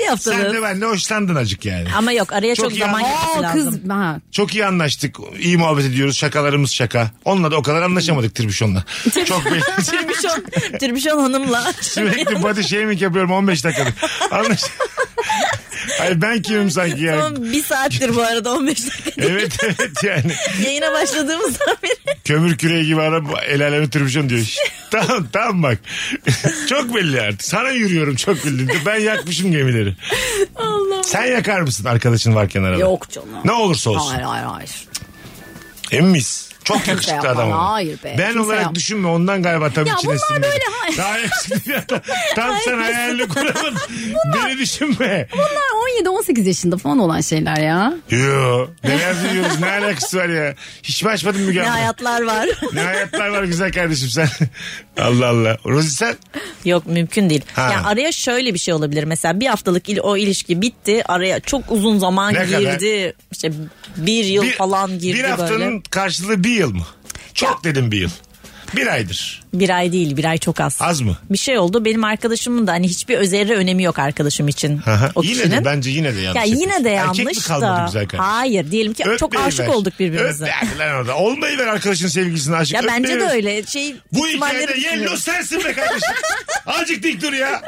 Speaker 5: Bir haftalık.
Speaker 3: Sen de ben de hoşlandın acık yani.
Speaker 5: Ama yok araya
Speaker 3: Çok
Speaker 5: çok,
Speaker 3: iyi
Speaker 5: zaman
Speaker 3: ama-
Speaker 5: geçmesi
Speaker 4: Aa,
Speaker 5: lazım.
Speaker 4: kız ha,
Speaker 3: Çok iyi anlaştık. iyi muhabbet ediyoruz. Şakalarımız şaka. Onunla da o kadar anlaşamadık Tirbüşon'la. Çok belli.
Speaker 5: Tirbişon, Tirbişon hanımla.
Speaker 3: Sürekli body shaming yapıyorum 15 dakikadır. Anlaş. Hayır ben kimim sanki yani.
Speaker 5: Tamam bir saattir bu arada 15 dakika.
Speaker 3: Evet evet yani.
Speaker 5: Yayına başladığımızdan beri.
Speaker 3: Kömür küreği gibi adam el aleme Tirbüşon diyor. Şşt, tamam tamam bak. çok belli artık. Sana yürüyorum çok belli. Ben yakmışım gemileri. Allah. Sen yakar mısın arkadaşın varken arada?
Speaker 4: Yok canım.
Speaker 3: Ne olursa olsun.
Speaker 4: Hayır hayır hayır.
Speaker 3: Emin miyiz? Çok yakışıklı
Speaker 4: yapma,
Speaker 3: adam. ama.
Speaker 4: hayır be,
Speaker 3: Ben
Speaker 4: kimse
Speaker 3: olarak
Speaker 4: yapma.
Speaker 3: düşünme ondan galiba tam
Speaker 4: Ya
Speaker 3: içine
Speaker 4: bunlar
Speaker 3: sinmedi.
Speaker 4: böyle, hayır.
Speaker 3: Daha yakışıklı bir adam. Tam sen hayalini kuramadın. Beni düşünme.
Speaker 4: Bunlar 17-18 yaşında falan olan şeyler ya.
Speaker 3: Yo, neler duyuyoruz ne alakası var ya. Hiç mi açmadın Müge
Speaker 5: Ne
Speaker 3: abla?
Speaker 5: hayatlar var.
Speaker 3: Ne hayatlar var güzel kardeşim sen. Allah Allah. Rozi sen?
Speaker 5: Yok mümkün değil.
Speaker 3: Ha.
Speaker 5: Yani araya şöyle bir şey olabilir. Mesela bir haftalık il, o ilişki bitti. Araya çok uzun zaman
Speaker 3: Ne kadar?
Speaker 5: girdi. İşte bir yıl falan girdi
Speaker 3: Bir haftanın
Speaker 5: böyle.
Speaker 3: karşılığı bir yıl mı? Çok dedim bir yıl. Bir aydır.
Speaker 5: Bir ay değil bir ay çok az.
Speaker 3: Az mı?
Speaker 5: Bir şey oldu. Benim arkadaşımın da hani hiçbir özerre önemi yok arkadaşım için.
Speaker 3: Aha.
Speaker 5: o
Speaker 3: yine
Speaker 5: kişinin.
Speaker 3: de bence yine de yanlış.
Speaker 5: ya yine de
Speaker 3: yapıyorsun.
Speaker 5: yanlış
Speaker 3: Erkek mi kalmadı
Speaker 5: da.
Speaker 3: güzel kardeşim?
Speaker 5: Hayır diyelim ki çok
Speaker 3: Öpmeyiver.
Speaker 5: aşık olduk birbirimize.
Speaker 3: Öp yani lan orada. Olmayı ver arkadaşın sevgilisine aşık.
Speaker 5: Ya bence de
Speaker 3: öpmeyiver.
Speaker 5: öyle. Şey
Speaker 3: Bu
Speaker 5: ihtimalleri
Speaker 3: hikayede
Speaker 5: düşünüyorum.
Speaker 3: yello sensin be kardeşim. Azıcık dik dur ya.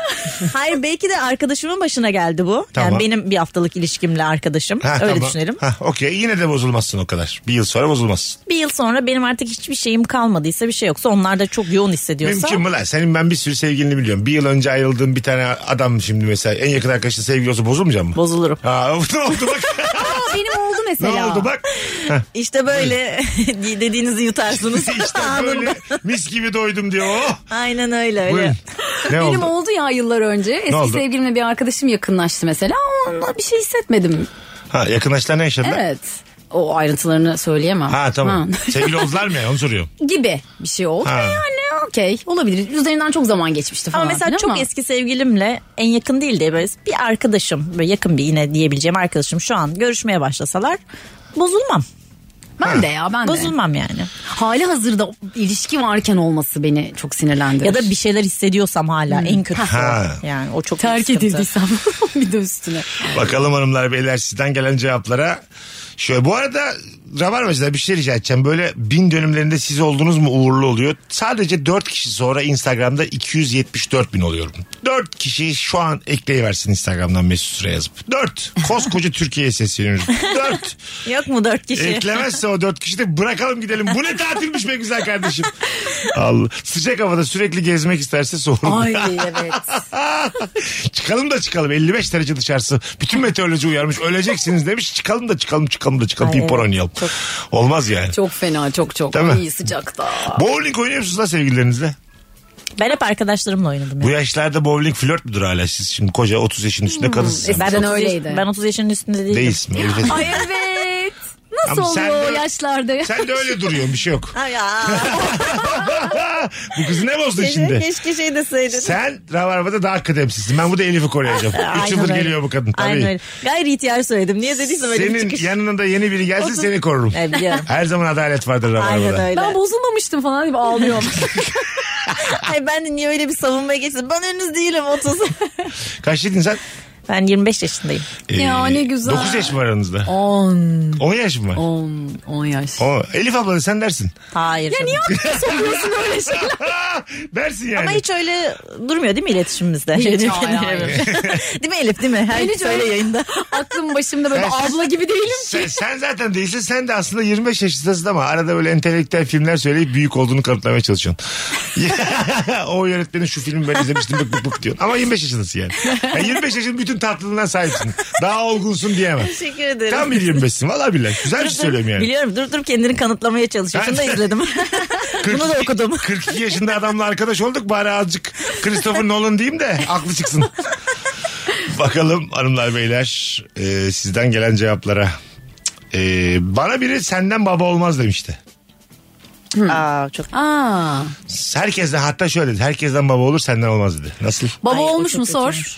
Speaker 5: Hayır belki de arkadaşımın başına geldi bu.
Speaker 3: Tamam.
Speaker 5: Yani benim bir haftalık ilişkimle arkadaşım.
Speaker 3: Ha,
Speaker 5: Öyle
Speaker 3: tamam.
Speaker 5: düşünelim.
Speaker 3: Ha, Okey yine de bozulmazsın o kadar. Bir yıl sonra bozulmazsın.
Speaker 5: Bir yıl sonra benim artık hiçbir şeyim kalmadıysa bir şey yoksa onlar da çok yoğun hissediyorsa.
Speaker 3: Mümkün mü lan? Senin ben bir sürü sevgilini biliyorum. Bir yıl önce ayrıldığım bir tane adam şimdi mesela en yakın arkadaşın sevgili olsa bozulmayacak mı?
Speaker 5: Bozulurum.
Speaker 3: Ha, ne oldu bak?
Speaker 4: Aa, benim oldu
Speaker 3: ne
Speaker 4: mesela.
Speaker 3: oldu bak?
Speaker 5: İşte böyle dediğinizi yutarsınız.
Speaker 3: işte
Speaker 5: Anında.
Speaker 3: böyle mis gibi doydum diyor. Oh,
Speaker 5: Aynen öyle öyle.
Speaker 3: buyurun. Ne
Speaker 4: Benim
Speaker 3: oldu?
Speaker 4: oldu ya yıllar önce.
Speaker 3: oldu?
Speaker 4: Eski sevgilimle bir arkadaşım yakınlaştı mesela. Onunla bir şey hissetmedim.
Speaker 3: Ha, yakınlaştılar ne yaşadılar?
Speaker 4: Evet. O ayrıntılarını söyleyemem.
Speaker 3: Ha tamam.
Speaker 4: Ha.
Speaker 3: Sevgili oldular mı ya onu soruyorum.
Speaker 4: Gibi bir şey oldu.
Speaker 3: Ha.
Speaker 4: Yani okey olabilir. Üzerinden çok zaman geçmişti falan.
Speaker 5: Ama mesela
Speaker 4: filan
Speaker 5: çok
Speaker 4: ama.
Speaker 5: eski sevgilimle en yakın değil de böyle bir arkadaşım böyle yakın bir yine diyebileceğim arkadaşım şu an görüşmeye başlasalar bozulmam.
Speaker 4: Ben de ya ben de.
Speaker 5: Bozulmam yani.
Speaker 4: Hali hazırda ilişki varken olması beni çok sinirlendirir.
Speaker 5: Ya da bir şeyler hissediyorsam hala en kötüsü. o.
Speaker 3: Ha.
Speaker 5: Yani o çok büyük
Speaker 4: Hmm. terk
Speaker 5: sıkıntı.
Speaker 4: edildiysem bir de üstüne.
Speaker 3: Bakalım hanımlar beyler sizden gelen cevaplara. Şöyle bu arada Rabarbacı'da bir şey rica edeceğim. Böyle bin dönümlerinde siz oldunuz mu uğurlu oluyor. Sadece 4 kişi sonra Instagram'da 274 bin oluyorum. 4 kişi şu an ekleyiversin Instagram'dan Mesut Süre yazıp. 4. Koskoca Türkiye'ye sesleniyoruz. 4.
Speaker 5: Yok mu dört kişi?
Speaker 3: Eklemezse o dört kişi de bırakalım gidelim. Bu ne tatilmiş be güzel kardeşim. Allah. Sıcak havada sürekli gezmek isterse sorun.
Speaker 4: Ay evet.
Speaker 3: çıkalım da çıkalım 55 derece dışarısı. Bütün meteoroloji uyarmış öleceksiniz demiş. Çıkalım da çıkalım çıkalım da çıkalım.
Speaker 5: Ay,
Speaker 3: Pimpon
Speaker 5: evet.
Speaker 3: oynayalım. Olmaz yani.
Speaker 4: Çok fena çok çok.
Speaker 3: Değil mi?
Speaker 4: İyi sıcakta.
Speaker 3: Bowling oynuyor musunuz lan sevgililerinizle?
Speaker 5: Ben hep arkadaşlarımla oynadım.
Speaker 3: Bu
Speaker 5: Yani.
Speaker 3: yaşlarda bowling flört müdür hala siz? Şimdi koca 30 yaşın üstünde kadınsınız.
Speaker 4: Ben
Speaker 5: Ben 30
Speaker 4: öyleydi.
Speaker 5: Yaş, ben 30 yaşının üstünde Hmm, değilim.
Speaker 3: Değilsin. Elbette.
Speaker 4: Ay evet. Nasıl
Speaker 3: Ama sen
Speaker 4: oluyor o
Speaker 3: de-
Speaker 4: yaşlarda? ya?
Speaker 3: Sen de öyle duruyorsun bir şey yok.
Speaker 5: Ha ya.
Speaker 3: Bu kızı ne bozdun
Speaker 5: Keşke-
Speaker 3: şimdi?
Speaker 5: Keşke şey deseydin.
Speaker 3: Sen Rabarba'da daha kıdemsizsin. Ben burada Elif'i koruyacağım. Üç
Speaker 5: Aynen
Speaker 3: yıldır
Speaker 5: öyle.
Speaker 3: geliyor bu kadın. Tabii.
Speaker 5: Aynen öyle. Gayri ihtiyar söyledim. Niye dediysem öyle bir
Speaker 3: Senin
Speaker 5: çıkış.
Speaker 3: yanına da yeni biri gelsin
Speaker 5: Otuz-
Speaker 3: seni korurum.
Speaker 5: E, biliyorum.
Speaker 3: Her zaman adalet vardır
Speaker 5: Aynen
Speaker 3: Rabarba'da.
Speaker 5: öyle.
Speaker 4: Ben bozulmamıştım falan deyip ağlıyorum.
Speaker 5: Ay ben de niye öyle bir savunmaya geçtim? Ben henüz değilim 30.
Speaker 3: Kaç dedin sen?
Speaker 5: ben 25 yaşındayım.
Speaker 4: Ya ne güzel.
Speaker 3: 9 Ee, yaş mı var aranızda?
Speaker 4: 10.
Speaker 3: 10 yaş mı var?
Speaker 4: 10. 10 yaş.
Speaker 3: O, Elif abla sen dersin.
Speaker 5: Hayır. Ya niye
Speaker 3: dersin yani.
Speaker 5: Ama hiç öyle durmuyor değil mi iletişimimizde?
Speaker 4: Hiç,
Speaker 5: Değil mi?
Speaker 4: hayır, hayır.
Speaker 5: değil mi Elif değil mi? Her
Speaker 4: Ben
Speaker 5: gün
Speaker 4: hiç
Speaker 5: söyle
Speaker 4: öyle-
Speaker 5: yayında.
Speaker 4: Aklım başımda böyle
Speaker 3: Sen-
Speaker 4: abla gibi değilim.
Speaker 3: sen, sen zaten değilsin. Sen de aslında 25 yaşındasın ama arada böyle entelektüel filmler söyleyip büyük olduğunu kanıtlamaya çalışıyorsun. o yönetmenin şu filmi ben izlemiştim bık bık bık diyorsun. Ama 25 yaşındasın yani. yani 25 yaşın bütün tatlılığına sahipsin. Daha olgunsun diyemem.
Speaker 5: Teşekkür ederim.
Speaker 3: Tam bir 25'sin. Valla billahi. Güzel bir şey söylüyorum yani.
Speaker 5: Biliyorum durup durup kendini kanıtlamaya çalışıyor. Şunu da izledim. Bunu da okudum.
Speaker 3: 42 yaşında adamla arkadaş olduk bari azıcık Christopher Nolan diyeyim de aklı çıksın. Bakalım hanımlar beyler e, sizden gelen cevaplara. E, bana biri senden baba olmaz demişti.
Speaker 5: Aa, çok
Speaker 4: Aa,
Speaker 3: Herkesten hatta şöyle dedi. Herkesten baba olur senden olmaz dedi. Nasıl?
Speaker 4: baba
Speaker 5: Ay, o
Speaker 4: olmuş
Speaker 5: çok
Speaker 4: mu sor.
Speaker 5: kötüymüş.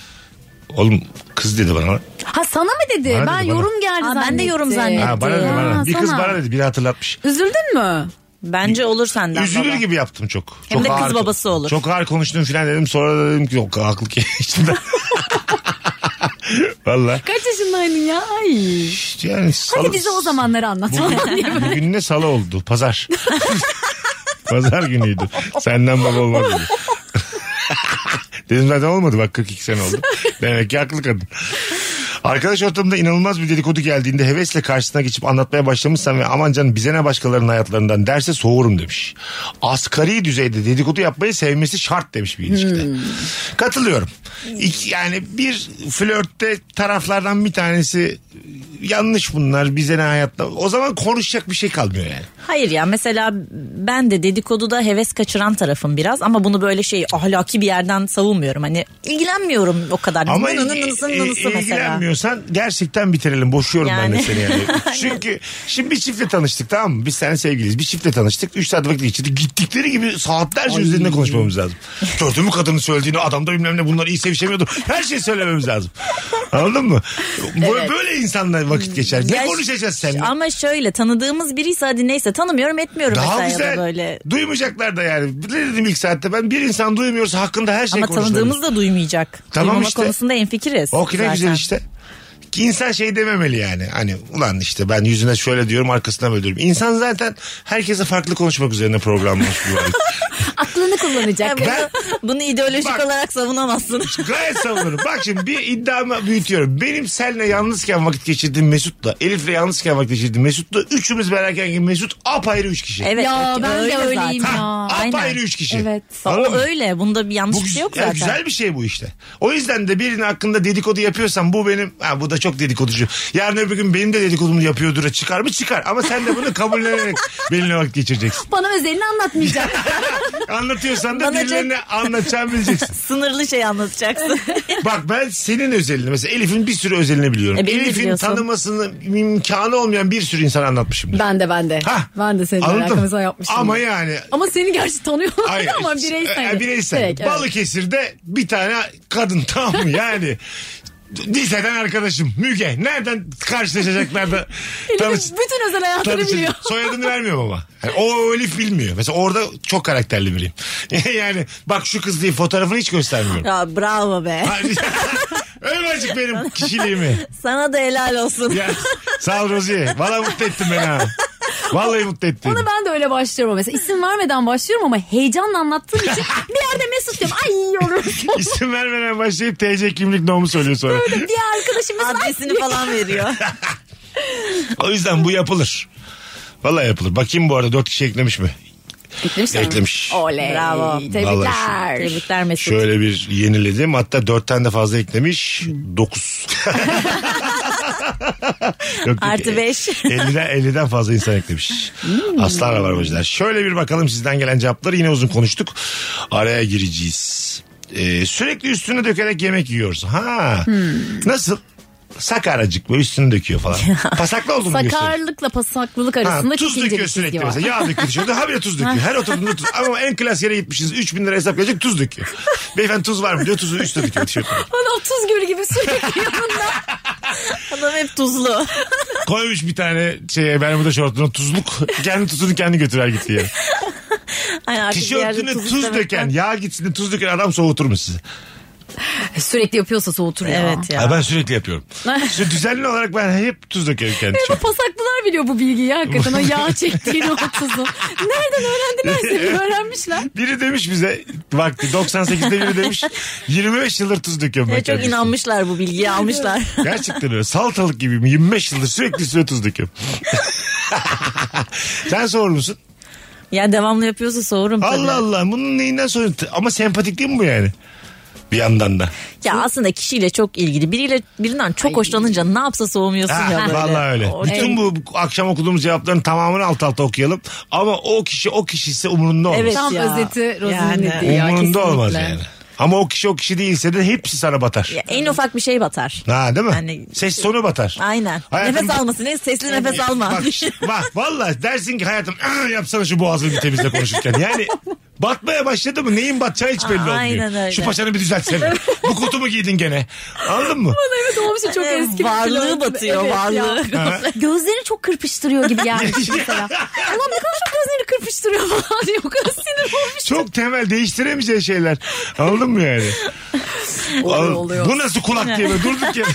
Speaker 3: Oğlum kız dedi bana.
Speaker 4: Ha sana mı dedi?
Speaker 3: Bana
Speaker 4: ben
Speaker 3: dedi, bana.
Speaker 4: yorum geldi
Speaker 5: Aa, ben de yorum
Speaker 4: zannettim.
Speaker 5: zannettim.
Speaker 3: Ha, bana dedi
Speaker 4: Ha,
Speaker 3: bana. Bir kız
Speaker 4: sana.
Speaker 3: bana dedi. Biri hatırlatmış.
Speaker 4: Üzüldün mü?
Speaker 5: Bence olur senden
Speaker 3: Üzülür
Speaker 5: baba.
Speaker 3: gibi yaptım çok.
Speaker 5: Hem
Speaker 3: çok
Speaker 5: de kız
Speaker 3: ağır-
Speaker 5: babası olur.
Speaker 3: Çok ağır konuştum filan dedim. Sonra da dedim ki yok haklı ki içimden. Valla.
Speaker 4: Kaç yaşındaydın ya? Ay.
Speaker 3: Yani
Speaker 4: Hadi
Speaker 3: salı-
Speaker 4: bize o zamanları anlat.
Speaker 3: Bugün, bugün ne salı oldu? Pazar. Pazar günüydü. Senden baba olmaz dedi. Dedim zaten olmadı bak 42 sene oldu. Demek ki haklı kadın. Arkadaş ortamında inanılmaz bir dedikodu geldiğinde hevesle karşısına geçip anlatmaya başlamışsam ve aman canım bize ne başkalarının hayatlarından derse soğurum demiş. Asgari düzeyde dedikodu yapmayı sevmesi şart demiş bir ilişkide. Katılıyorum. İki- yani bir flörtte taraflardan bir tanesi yanlış bunlar bize ne hayatta. O zaman konuşacak bir şey kalmıyor yani.
Speaker 5: Hayır ya mesela ben de dedikoduda heves kaçıran tarafım biraz ama bunu böyle şey ahlaki bir yerden savunmuyorum. Hani ilgilenmiyorum o kadar.
Speaker 3: Ama
Speaker 5: Nını nını
Speaker 3: e-
Speaker 5: nısı
Speaker 3: e-
Speaker 5: nınısı mesela.
Speaker 3: ilgilenmiyorsan gerçekten bitirelim. Boşuyorum ben de
Speaker 5: Yani.
Speaker 3: seni yani. Çünkü şimdi bir çiftle tanıştık tamam mı? Biz seninle sevgiliyiz. Bir çiftle tanıştık. Üç saat vakit geçirdik. Gittikleri gibi saatlerce üzerinde konuşmamız lazım. Gördün mü kadının söylediğini adamda bilmem ne bunlar iyi sevişemiyordu. Her şeyi söylememiz lazım. Anladın mı? Bu- Böyle insanlar vakit geçer. Ne
Speaker 5: Ya ş-
Speaker 3: konuşacağız seninle?
Speaker 5: Ama şöyle tanıdığımız biriyse hadi neyse tanımıyorum etmiyorum
Speaker 3: Daha
Speaker 5: mesela ya da
Speaker 3: güzel. şey
Speaker 5: böyle.
Speaker 3: Duymayacaklar da yani. Ne dedim ilk saatte ben bir insan duymuyorsa hakkında her şey
Speaker 5: Ama
Speaker 3: konuşulabilir.
Speaker 5: tanıdığımız da duymayacak.
Speaker 3: Tamam
Speaker 5: Duymama
Speaker 3: işte.
Speaker 5: konusunda enfikiriz.
Speaker 3: O ki ne
Speaker 5: zaten.
Speaker 3: güzel işte. Ki İnsan şey dememeli yani. Hani ulan işte ben yüzüne şöyle diyorum arkasından böyle diyorum. İnsan zaten herkese farklı konuşmak üzerine programlamış bu arada.
Speaker 4: Aklını kullanacak.
Speaker 5: bunu,
Speaker 3: Ben-
Speaker 5: bunu ideolojik
Speaker 3: Bak.
Speaker 5: olarak savunamazsın.
Speaker 3: Gayet savunurum. Bak şimdi bir iddiamı büyütüyorum. Benim seninle yalnızken vakit geçirdiğim Mesut'la, Elif'le yalnızken vakit geçirdiğim Mesut'la üçümüz beraberken gibi Mesut apayrı üç kişi.
Speaker 5: Evet.
Speaker 4: ya
Speaker 5: evet,
Speaker 4: ben de
Speaker 5: öyle zaten.
Speaker 4: öyleyim
Speaker 3: Ha,
Speaker 4: ya.
Speaker 3: apayrı
Speaker 5: aynen.
Speaker 3: üç kişi.
Speaker 4: Evet.
Speaker 3: Anladın
Speaker 5: O
Speaker 3: mı?
Speaker 5: öyle. Bunda bir yanlış
Speaker 3: Bu
Speaker 5: bir şey yok
Speaker 3: güzel-
Speaker 5: zaten.
Speaker 3: Güzel bir şey bu işte. O yüzden de birinin hakkında dedikodu yapıyorsan bu benim ha bu da çok dedikoducu. Yarın öbür gün benim de dedikodumu yapıyordur çıkar mı çıkar ama sen de bunu kabullenerek benimle vakit geçireceksin.
Speaker 4: Bana özelini anlatmayacak.
Speaker 3: Anlatıyorsan da
Speaker 5: Bana çok-
Speaker 3: birilerine anlatacağını bileceksin.
Speaker 5: Sınırlı şey anlatacaksın.
Speaker 3: Bak ben senin özelini mesela Elif'in bir sürü özelini biliyorum.
Speaker 5: E, beni de
Speaker 3: Elif'in
Speaker 5: biliyorsun.
Speaker 3: tanımasının imkanı olmayan bir sürü insan anlatmışım.
Speaker 4: ben de ben de.
Speaker 3: Hah.
Speaker 4: Ben de senin
Speaker 3: Anladın mı?
Speaker 4: alakamıza yapmışım.
Speaker 3: Ama yani
Speaker 4: Ama seni gerçi tanıyorum
Speaker 3: Hayır,
Speaker 4: ama
Speaker 3: işte,
Speaker 4: bireysel.
Speaker 3: e, bireysel.
Speaker 4: Direkt, evet.
Speaker 3: Balıkesir'de bir tane kadın tamam mı yani. Liseden arkadaşım Müge. Nereden karşılaşacaklar da tanış,
Speaker 4: Elif'in bütün özel hayatını
Speaker 3: tanışacak-
Speaker 4: biliyor.
Speaker 3: Soyadını vermiyorum ama. Yani o Elif bilmiyor. Mesela orada çok karakterli biriyim. yani bak şu kız diye fotoğrafını hiç göstermiyorum.
Speaker 5: ya bravo be.
Speaker 3: Hani- Öyle acık benim kişiliğimi.
Speaker 5: Sana da helal olsun.
Speaker 3: Ya, sağ ol Rozi'ye. Valla mutlu ettin beni ha. Vallahi mutlu ettin.
Speaker 4: Ona ben de öyle başlıyorum mesela. İsim vermeden başlıyorum ama heyecanla anlattığım için bir yerde Mesut diyorum. Ay yorum.
Speaker 3: İsim vermeden başlayıp TC kimlik nomu söylüyor sonra.
Speaker 4: bir arkadaşım mesela.
Speaker 5: Adresini falan veriyor.
Speaker 3: O yüzden bu yapılır. Vallahi yapılır. Bakayım bu arada dört kişi eklemiş mi?
Speaker 4: Eklemiş. mi?
Speaker 3: Eklemiş.
Speaker 4: Oley.
Speaker 5: Bravo.
Speaker 3: Vallahi
Speaker 4: Tebrikler.
Speaker 5: Tebrikler Mesut.
Speaker 3: Şöyle bir yeniledim. Hatta dörtten de fazla eklemiş. Dokuz. Yok,
Speaker 5: Artı
Speaker 3: e,
Speaker 5: beş. Hmm.
Speaker 3: 50'den, 50'den fazla insan eklemiş. Aslan rabarbacılar. Şöyle bir bakalım sizden gelen cevapları. Yine uzun konuştuk. Araya gireceğiz. Ee, sürekli üstüne dökerek yemek yiyoruz. Ha.
Speaker 5: Hmm.
Speaker 3: Nasıl? Sakaracık böyle üstüne döküyor falan. Pasaklı oldum diyor sürekli.
Speaker 4: Sakarlıkla pasaklılık arasında çok
Speaker 3: tuz
Speaker 4: ince
Speaker 3: döküyor
Speaker 4: bir çizgi
Speaker 3: sürekli
Speaker 4: var.
Speaker 3: mesela. Yağ döküyor dışarıda. Ha bir tuz döküyor. Her oturduğunda tuz. Ama en klas yere gitmişiz. 3000 lira hesap gelecek tuz döküyor. Beyefendi tuz var mı diyor. Tuzu üstüne döküyor tişörtüne.
Speaker 4: Adam tuz gölü gibi sürekli yanında.
Speaker 5: Adam hep tuzlu.
Speaker 3: Koymuş bir tane şeye Bermuda şortuna tuzluk. Kendi tuzunu kendi götürer gitti yani.
Speaker 5: Hani artık bir yerde
Speaker 3: Tişörtüne tuz,
Speaker 5: istemekten-
Speaker 3: döken, yağ gitsin de tuz döken adam soğutur mu sizi?
Speaker 4: Sürekli yapıyorsa soğutur ya.
Speaker 5: Evet ya.
Speaker 3: Ha, ben sürekli yapıyorum. Şu düzenli olarak ben hep tuz dökerim kendi
Speaker 4: Ama
Speaker 3: tişörtüme.
Speaker 4: E, pasaklılar biliyor bu bilgiyi hakikaten. O yağ çektiğini o tuzu. Nereden öğrendilerse bir öğrenmişler.
Speaker 3: Biri demiş bize vakti 98'de biri demiş 25 yıldır tuz döküyorum ben.
Speaker 5: Ve çok
Speaker 3: kendi üstüme.
Speaker 5: inanmışlar bu bilgiyi almışlar.
Speaker 3: Gerçekten öyle. Salatalık gibiyim. 25 yıldır sürekli üstüne tuz döküyorum. Sen soğur musun?
Speaker 5: ya devamlı yapıyorsa soğurum tabii.
Speaker 3: Allah Allah bunun neyinden soruyorsun? Ama sempatik değil mi bu yani? Bir yandan da.
Speaker 5: Ya aslında kişiyle çok ilgili. Biriyle birinden çok hoşlanınca ne yapsa soğumuyorsun
Speaker 3: Ha,
Speaker 5: ya böyle.
Speaker 3: vallahi öyle.
Speaker 5: O- şey-
Speaker 3: Bütün bu akşam okuduğumuz cevapların tamamını alt alta okuyalım. Ama o kişi o kişiyse umurunda olmaz.
Speaker 5: Evet.
Speaker 4: Tam
Speaker 5: Ya.
Speaker 4: özeti Rozi'nin
Speaker 5: Yani.
Speaker 4: dediği ya.
Speaker 3: umurunda olmaz
Speaker 4: kesinlikle.
Speaker 3: yani. Ama o kişi o kişi değilse de hepsi sana batar.
Speaker 5: Ya en ufak bir şey batar.
Speaker 3: Ha değil mi?
Speaker 5: Yani-
Speaker 3: Ses sonu batar.
Speaker 5: Aynen.
Speaker 3: Hayatım-
Speaker 5: Nefes alması ne? Sesli nefes alma.
Speaker 3: Bak, bak valla dersin ki hayatım "Ah, yapsana şu boğazını bir temizle konuşurken. Yani batmaya başladı mı neyin batacağı hiç belli olmuyor.
Speaker 5: Aynen öyle.
Speaker 3: Şu paçanı bir düzeltsene. Bu kutu mu giydin gene? Anladın mı?
Speaker 4: Evet olmuş çok
Speaker 5: Evet,
Speaker 4: eski. bir
Speaker 5: varlığı
Speaker 4: flört.
Speaker 5: batıyor, varlığı.
Speaker 4: Ya. Gözlerini çok kırpıştırıyor gibi gelmiş mesela. Ulan ne kadar çok gözlerini kırpıştırıyor falan diye. O kadar sinir olmuş.
Speaker 3: Çok temel değiştiremeyeceği şeyler. Anladın mı yani? Anladın- Bu nasıl kulak diye böyle durduk ya.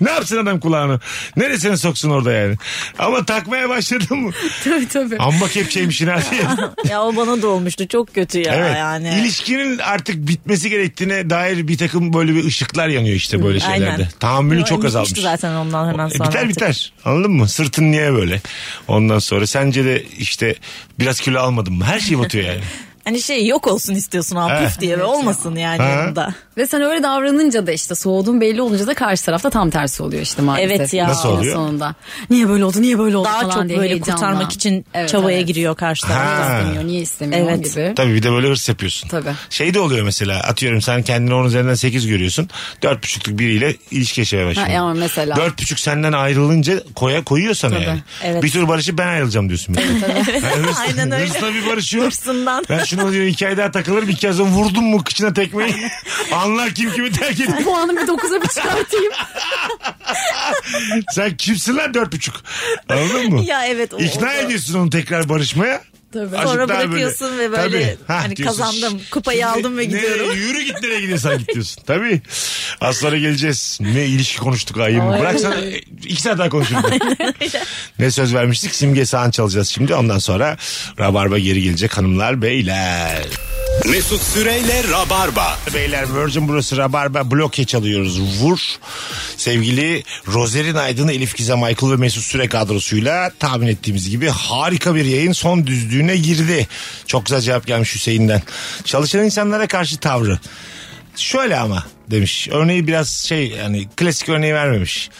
Speaker 3: ne yapsın adam kulağını? Neresine soksun orada yani? Ama takmaya başladın mı?
Speaker 4: tabii tabii.
Speaker 3: Amma kepçeymişsin ha diye.
Speaker 5: ya o bana da olmuştu. Çok kötü ya
Speaker 3: Evet.
Speaker 5: yani.
Speaker 3: İlişkinin artık bitmesi gerektiğine dair bir takım böyle bir ışıklar yanıyor işte böyle
Speaker 5: Aynen.
Speaker 3: şeylerde. Tahammülü
Speaker 5: Yo,
Speaker 3: çok
Speaker 5: bitmişti
Speaker 3: azalmış.
Speaker 5: zaten ondan hemen
Speaker 3: E,
Speaker 5: sonra.
Speaker 3: biter
Speaker 5: artık.
Speaker 3: biter. Anladın mı? Sırtın niye böyle? Ondan sonra sence de işte biraz kilo almadım mı? Her şey batıyor yani.
Speaker 5: Hani şey yok olsun istiyorsun ha
Speaker 3: Ha.
Speaker 5: puf diye ve olmasın yani
Speaker 3: Ha.
Speaker 5: yanında.
Speaker 4: Ve sen öyle davranınca da işte soğuduğun belli olunca da karşı tarafta tam tersi oluyor işte maalesef.
Speaker 5: Evet ya. Nasıl
Speaker 4: Günün
Speaker 3: oluyor?
Speaker 4: Sonunda. Niye böyle oldu niye böyle oldu
Speaker 5: Daha
Speaker 4: falan
Speaker 5: çok
Speaker 4: diye
Speaker 5: böyle
Speaker 4: heyecanla.
Speaker 5: kurtarmak için
Speaker 4: Evet,
Speaker 5: çabaya
Speaker 4: evet.
Speaker 5: giriyor karşı
Speaker 3: Ha.
Speaker 5: tarafta.
Speaker 4: İstemiyor niye istemiyor
Speaker 5: Evet.
Speaker 4: gibi.
Speaker 3: Tabii bir de böyle hırs yapıyorsun.
Speaker 4: Tabii.
Speaker 3: Şey de oluyor mesela atıyorum sen kendini onun üzerinden 8 görüyorsun. 4,5'lük biriyle ilişki yaşamaya başlıyorsun.
Speaker 4: Ha, yani mesela.
Speaker 3: 4,5 senden ayrılınca koya koyuyor sana
Speaker 4: Tabii.
Speaker 3: yani.
Speaker 5: Evet.
Speaker 3: Bir tür barışıp ben ayrılacağım diyorsun. Yani. Yani hırs-
Speaker 5: Aynen öyle.
Speaker 3: Hırsla bir barışıyor.
Speaker 5: Hırsından.
Speaker 3: Ben şunu diyor iki ay daha takılırım iki ay sonra vurdum mu kıçına tekmeyi anlar kim kimi terk ediyor.
Speaker 4: Puanımı bir 9'a bir çıkartayım.
Speaker 3: Sen kimsin lan dört buçuk anladın mı?
Speaker 5: Ya evet, o-
Speaker 3: İkna
Speaker 5: o da-
Speaker 3: ediyorsun onu tekrar barışmaya
Speaker 5: Tabii.
Speaker 3: Azıcık
Speaker 5: Sonra
Speaker 3: daha böyle.
Speaker 5: bırakıyorsun ve böyle
Speaker 3: Tabii. Ha,
Speaker 5: hani
Speaker 3: diyorsun,
Speaker 5: kazandım,
Speaker 3: "Şşş,
Speaker 5: kupayı
Speaker 3: şimdi
Speaker 5: aldım ve
Speaker 3: nereye-
Speaker 5: gidiyorum.
Speaker 3: yürü git nereye gidiyorsan git diyorsun. Tabii. Az sonra geleceğiz. Ne ilişki konuştuk ayım. Bıraksan iki saat daha konuşuruz. ne söz vermiştik? Simge Sağan çalacağız şimdi. Ondan sonra Rabarba geri gelecek hanımlar beyler.
Speaker 2: Mesut Süreyle Rabarba.
Speaker 3: Beyler Virgin burası Rabarba bloke çalıyoruz. Vur. Sevgili Rozerin Aydın, Elif Gizem Aykul ve Mesut Süre kadrosuyla tahmin ettiğimiz gibi harika bir yayın son düzlüğüne girdi. Çok güzel cevap gelmiş Hüseyin'den. Çalışan insanlara karşı tavrı. Şöyle ama demiş. Örneği biraz şey yani klasik örneği vermemiş.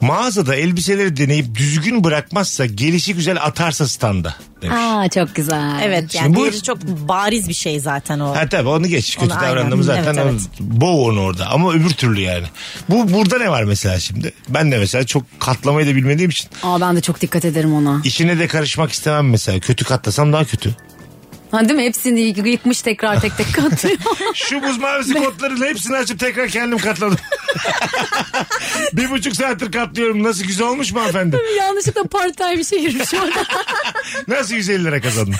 Speaker 3: Mağazada elbiseleri deneyip düzgün bırakmazsa gelişi güzel atarsa standa demiş.
Speaker 4: Aa çok güzel.
Speaker 5: Evet yani
Speaker 3: Şimdi bu-
Speaker 5: diğeri çok bariz bir şey zaten o.
Speaker 3: Ha tabii onu geç. Kötü
Speaker 5: Onu
Speaker 3: davrandım
Speaker 5: aynen.
Speaker 3: zaten.
Speaker 5: Evet,
Speaker 3: o-
Speaker 5: evet.
Speaker 3: Boğ onu orada. Ama öbür türlü yani. Bu burada ne var mesela şimdi? Ben de mesela çok katlamayı da bilmediğim için
Speaker 4: Aa ben de çok dikkat ederim ona.
Speaker 3: işine de karışmak istemem mesela. Kötü katlasam daha kötü.
Speaker 4: Ha değil mi? Hepsini yıkmış tekrar tek tek katlıyor.
Speaker 3: Şu buz mavisi kotların hepsini açıp tekrar kendim katladım. bir buçuk saattir katlıyorum. Nasıl güzel olmuş mu hanımefendi?
Speaker 4: Yanlışlıkla part time bir şey girmiş orada.
Speaker 3: Nasıl 150 lira kazandın?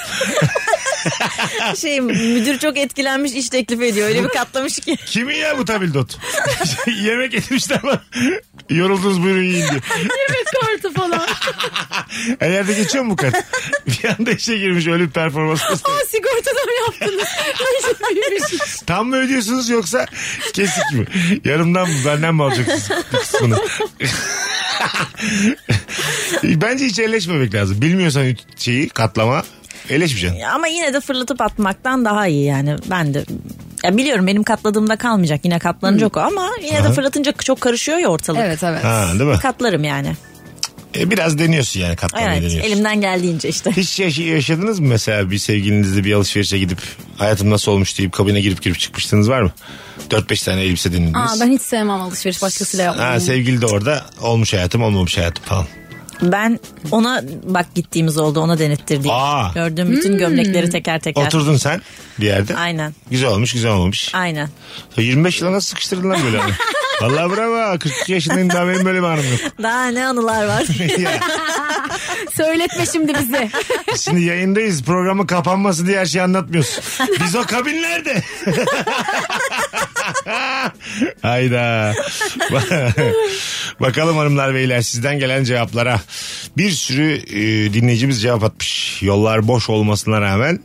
Speaker 5: şey müdür çok etkilenmiş iş teklif ediyor. Öyle bir katlamış ki.
Speaker 3: Kimin ya bu tabildot? Yemek etmişler bana. Yoruldunuz buyurun yiyin diye.
Speaker 4: Yemek kartı falan.
Speaker 3: Her yerde geçiyor mu bu kart? bir anda işe girmiş öyle bir performans.
Speaker 4: Aa sigortadan yaptınız. Ay, büyümüş.
Speaker 3: Tam mı ödüyorsunuz yoksa kesik mi? Yarımdan mı benden mi alacaksınız bir kısmını? Bence hiç eleşmemek lazım. Bilmiyorsan şeyi katlama eleşmeyeceksin.
Speaker 5: Ama yine de fırlatıp atmaktan daha iyi yani. Ben de ya biliyorum benim katladığımda kalmayacak yine katlanacak o ama yine de fırlatınca çok karışıyor ya ortalık.
Speaker 4: evet evet.
Speaker 3: Ha, değil mi?
Speaker 5: Katlarım yani.
Speaker 3: E, biraz deniyorsun yani katlamayı
Speaker 5: Evet
Speaker 3: deniyorsun.
Speaker 5: elimden geldiğince işte.
Speaker 3: Hiç yaş- yaşadınız mı mesela bir sevgilinizle bir alışverişe gidip hayatım nasıl olmuş deyip kabine girip girip çıkmıştınız var mı? 4-5 tane elbise denediniz.
Speaker 4: Aa ben hiç sevmem alışveriş başkasıyla
Speaker 3: Ha, şey-
Speaker 4: yapmayı.
Speaker 3: sevgili de orada olmuş hayatım olmamış hayatım falan.
Speaker 5: Ben ona bak gittiğimiz oldu ona denettirdiğim.
Speaker 3: Aa.
Speaker 5: Gördüğüm bütün gömlekleri teker teker.
Speaker 3: Oturdun sen bir yerde.
Speaker 5: Aynen.
Speaker 3: Güzel olmuş güzel olmamış.
Speaker 5: Aynen.
Speaker 3: 25 yıla nasıl sıkıştırdın lan böyle? hani? Vallahi bravo. 42 yaşındayım daha benim böyle bir anım yok.
Speaker 5: Daha ne anılar var.
Speaker 3: Ya,
Speaker 4: Söyletme şimdi bizi.
Speaker 3: Şimdi yayındayız. Programın kapanması diye her şeyi anlatmıyorsun. Biz o kabinlerde. Hayda. Bakalım hanımlar beyler sizden gelen cevaplara. Bir sürü e, dinleyicimiz cevap atmış. Yollar boş olmasına rağmen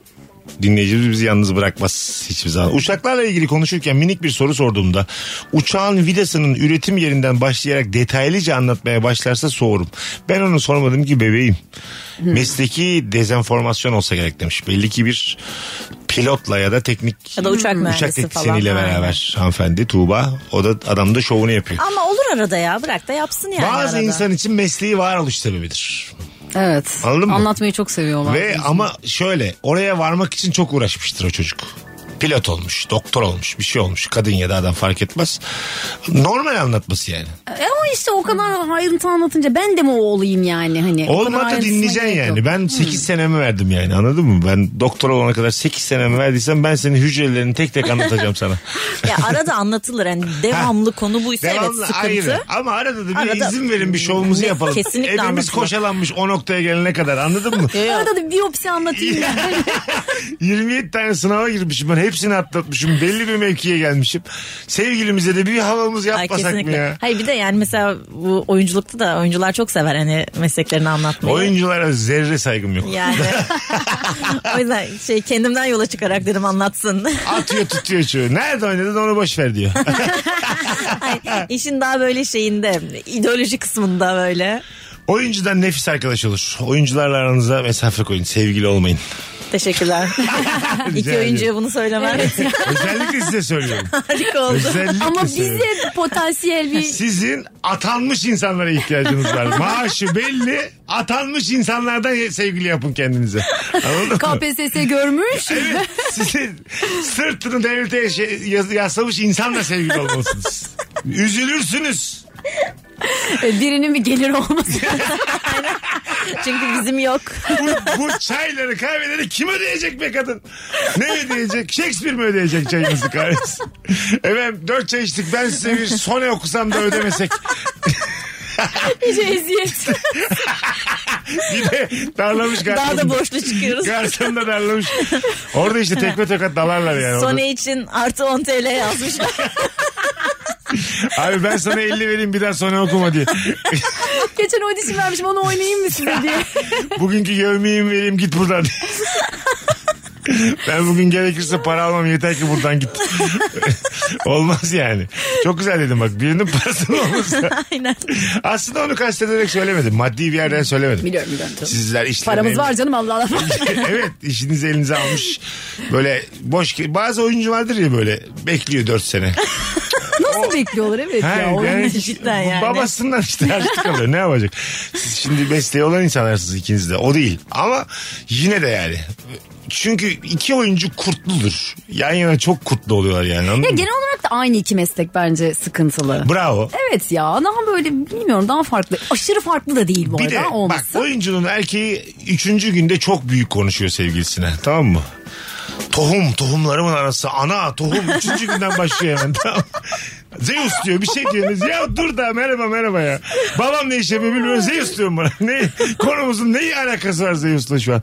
Speaker 3: dinleyicimiz bizi yalnız bırakmaz hiçbir zaman. Uçaklarla ilgili konuşurken minik bir soru sorduğumda uçağın vidasının üretim yerinden başlayarak detaylıca anlatmaya başlarsa soğurum. Ben onu sormadım ki bebeğim. Mesleki dezenformasyon olsa gerek demiş. Belli ki bir pilotla ya da teknik Hmm,
Speaker 5: Ya da uçak mühendisi
Speaker 3: uçak teknisyeniyle
Speaker 5: falan.
Speaker 3: beraber hanımefendi Tuğba. O da adam da şovunu yapıyor.
Speaker 5: Ama olur arada ya bırak da yapsın yani
Speaker 3: Bazı
Speaker 5: arada.
Speaker 3: insan için mesleği varoluş sebebidir.
Speaker 4: Evet.
Speaker 3: Anladın mı?
Speaker 4: Anlatmayı çok seviyorlar.
Speaker 3: Ve ama şöyle oraya varmak için çok uğraşmıştır o çocuk. Pilot olmuş, doktor olmuş, bir şey olmuş. Kadın ya da adam fark etmez. Normal anlatması yani.
Speaker 4: E ama işte o kadar ayrıntı anlatınca ben de mi o olayım yani hani. O kadar
Speaker 3: Olmadı
Speaker 4: ayrıntısına
Speaker 3: dinleyeceksin
Speaker 4: gerek
Speaker 3: yani.
Speaker 4: yok.
Speaker 3: Ben 8 senemi verdim yani anladın mı? Ben doktor olana kadar 8 senemi verdiysem ben senin hücrelerini tek tek anlatacağım sana.
Speaker 5: Ya arada anlatılır yani devamlı konu buysa evet
Speaker 3: Devamlı
Speaker 5: sıkıntı.
Speaker 3: ayrı. Ama arada da bir
Speaker 5: Arada-
Speaker 3: izin verin bir şovumuzu
Speaker 5: Ne-
Speaker 3: yapalım.
Speaker 5: kesinlikle
Speaker 3: Evimiz
Speaker 5: anlatılır.
Speaker 3: koşalanmış o noktaya gelene kadar anladın mı?
Speaker 4: Arada da bir biyopsi anlatayım ya.
Speaker 3: 27 tane sınava girmişim ben hepsini atlatmışım belli bir mevkiye gelmişim. Sevgilimize de bir havamız
Speaker 5: Ay,
Speaker 3: yapmasak mı ya?
Speaker 5: Hayır bir de yani mesela bu oyunculukta da oyuncular çok sever hani mesleklerini anlatmayı.
Speaker 3: Oyunculara zerre saygım yok.
Speaker 5: Yani o yüzden şey kendimden yola çıkarak dedim anlatsın.
Speaker 3: Atıyor tutuyor çocuğu. Nerede oynadın onu boş ver diyor.
Speaker 5: Ay, İşin daha böyle şeyinde ideoloji kısmında böyle.
Speaker 3: Oyuncudan nefis arkadaş olur. Oyuncularla aranıza mesafe koyun. Sevgili olmayın.
Speaker 5: Teşekkürler. İki
Speaker 3: ederim.
Speaker 5: oyuncuya bunu söylemem
Speaker 3: Özellikle size söylüyorum.
Speaker 5: harika oldu.
Speaker 3: Özellikle
Speaker 4: ama
Speaker 3: söylüyorum.
Speaker 4: bizde potansiyel bir
Speaker 3: Sizin atanmış insanlara ihtiyacınız var. Maaşı belli. Atanmış insanlardan sevgili yapın kendinize. Anladın mı?
Speaker 4: KPSS görmüş.
Speaker 3: Evet, sizin sırtını devlete yaşa- yas- yaslamış insanla sevgili olmalısınız. Üzülürsünüz.
Speaker 4: e, Birinin bir gelir olması.
Speaker 5: Çünkü bizim yok.
Speaker 3: Bu, bu çayları kahveleri kim ödeyecek be kadın? Ne ödeyecek? Shakespeare mi ödeyecek çayınızı kahvesi? Efendim dört çay içtik ben size bir sone okusam da ödemesek.
Speaker 5: İyice eziyet.
Speaker 3: Bir de darlamış
Speaker 5: Daha da
Speaker 3: garsonu.
Speaker 5: borçlu çıkıyoruz.
Speaker 3: Garson da darlamış. Orada işte tekme tokat dalarlar yani. Orada-
Speaker 5: Sony için artı 10 TL yazmışlar.
Speaker 3: Abi ben sana 50 vereyim bir daha sonra okuma diye.
Speaker 4: Geçen audition vermişim onu oynayayım mı size diye.
Speaker 3: Bugünkü yevmiyim vereyim git buradan. ben bugün gerekirse para almam yeter ki buradan git. Olmaz yani. Çok güzel dedim bak birinin parasının olması.
Speaker 5: Aynen.
Speaker 3: Aslında onu kastederek söylemedim. Maddi bir yerden söylemedim.
Speaker 4: Biliyorum biliyorum. tabii.
Speaker 3: Sizler işlerine...
Speaker 4: Paramız var canım Allah Allah.
Speaker 3: evet işinizi elinize almış. Böyle boş bazı oyuncu vardır ya böyle bekliyor 4 sene.
Speaker 4: Nasıl bekliyorlar evet
Speaker 3: Ha,
Speaker 4: ya.
Speaker 3: yani
Speaker 4: Onun-
Speaker 5: cidden yani.
Speaker 3: Babasından işte harçlık alıyor ne yapacak. Siz şimdi mesleği olan insanlarsınız ikiniz de o değil. Ama yine de yani. Çünkü iki oyuncu kurtludur. Yan yana çok kurtlu oluyorlar yani anladın
Speaker 4: Ya
Speaker 3: mı?
Speaker 4: genel olarak da aynı iki meslek bence sıkıntılı.
Speaker 3: Bravo.
Speaker 4: Evet ya daha böyle bilmiyorum daha farklı. Aşırı farklı da değil bu
Speaker 3: Bir de
Speaker 4: arada
Speaker 3: bak
Speaker 4: olması.
Speaker 3: oyuncunun erkeği üçüncü günde çok büyük konuşuyor sevgilisine tamam mı? Tohum tohumlarımın arası ana tohum üçüncü günden başlıyor hemen tamam mı? Zeus diyor bir şey diyorsunuz ya dur da merhaba merhaba ya. Babam ne iş yapıyor bilmiyorum Zeus diyorum bana. Ne, konumuzun ne alakası var Zeus'la şu an?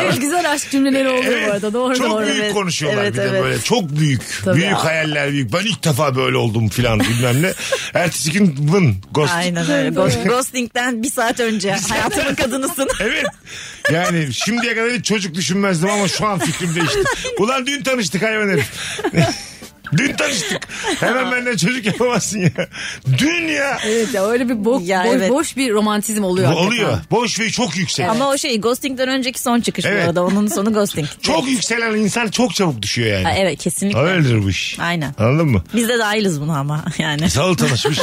Speaker 4: evet, güzel aşk cümleleri oluyor
Speaker 3: Evet,
Speaker 4: bu arada doğru
Speaker 3: çok
Speaker 4: doğru.
Speaker 3: büyük
Speaker 4: evet.
Speaker 3: konuşuyorlar
Speaker 5: Evet,
Speaker 3: bir de
Speaker 5: evet.
Speaker 3: böyle çok büyük.
Speaker 4: Tabii
Speaker 3: büyük
Speaker 4: ya.
Speaker 3: hayaller büyük. Ben ilk defa böyle oldum filan bilmem ne. Ertesi gün bın ghost.
Speaker 5: Aynen öyle. Ghost- Ghosting'den bir saat önce hayatımın kadınısın.
Speaker 3: Evet. Yani şimdiye kadar hiç çocuk düşünmezdim ama şu an fikrim değişti. Ulan dün tanıştık hayvan herif. dün tanıştık. Hemen benden çocuk yapamazsın ya. Dün ya.
Speaker 4: Evet ya öyle bir bo-
Speaker 5: Ya,
Speaker 4: boş,
Speaker 5: evet.
Speaker 4: boş bir romantizm oluyor. hakikaten.
Speaker 3: Oluyor. Boş ve çok yüksek.
Speaker 5: Ama o şey Ghosting'den önceki son çıkış
Speaker 3: Evet.
Speaker 5: bu arada. Onun sonu Ghosting.
Speaker 3: Çok yükselen insan çok çabuk düşüyor
Speaker 5: Ha,
Speaker 3: yani.
Speaker 5: evet kesinlikle.
Speaker 3: Öyledir bu iş.
Speaker 5: Aynen.
Speaker 3: Anladın mı?
Speaker 5: Biz de dahiliz buna ama yani.
Speaker 3: Salı tanışmış.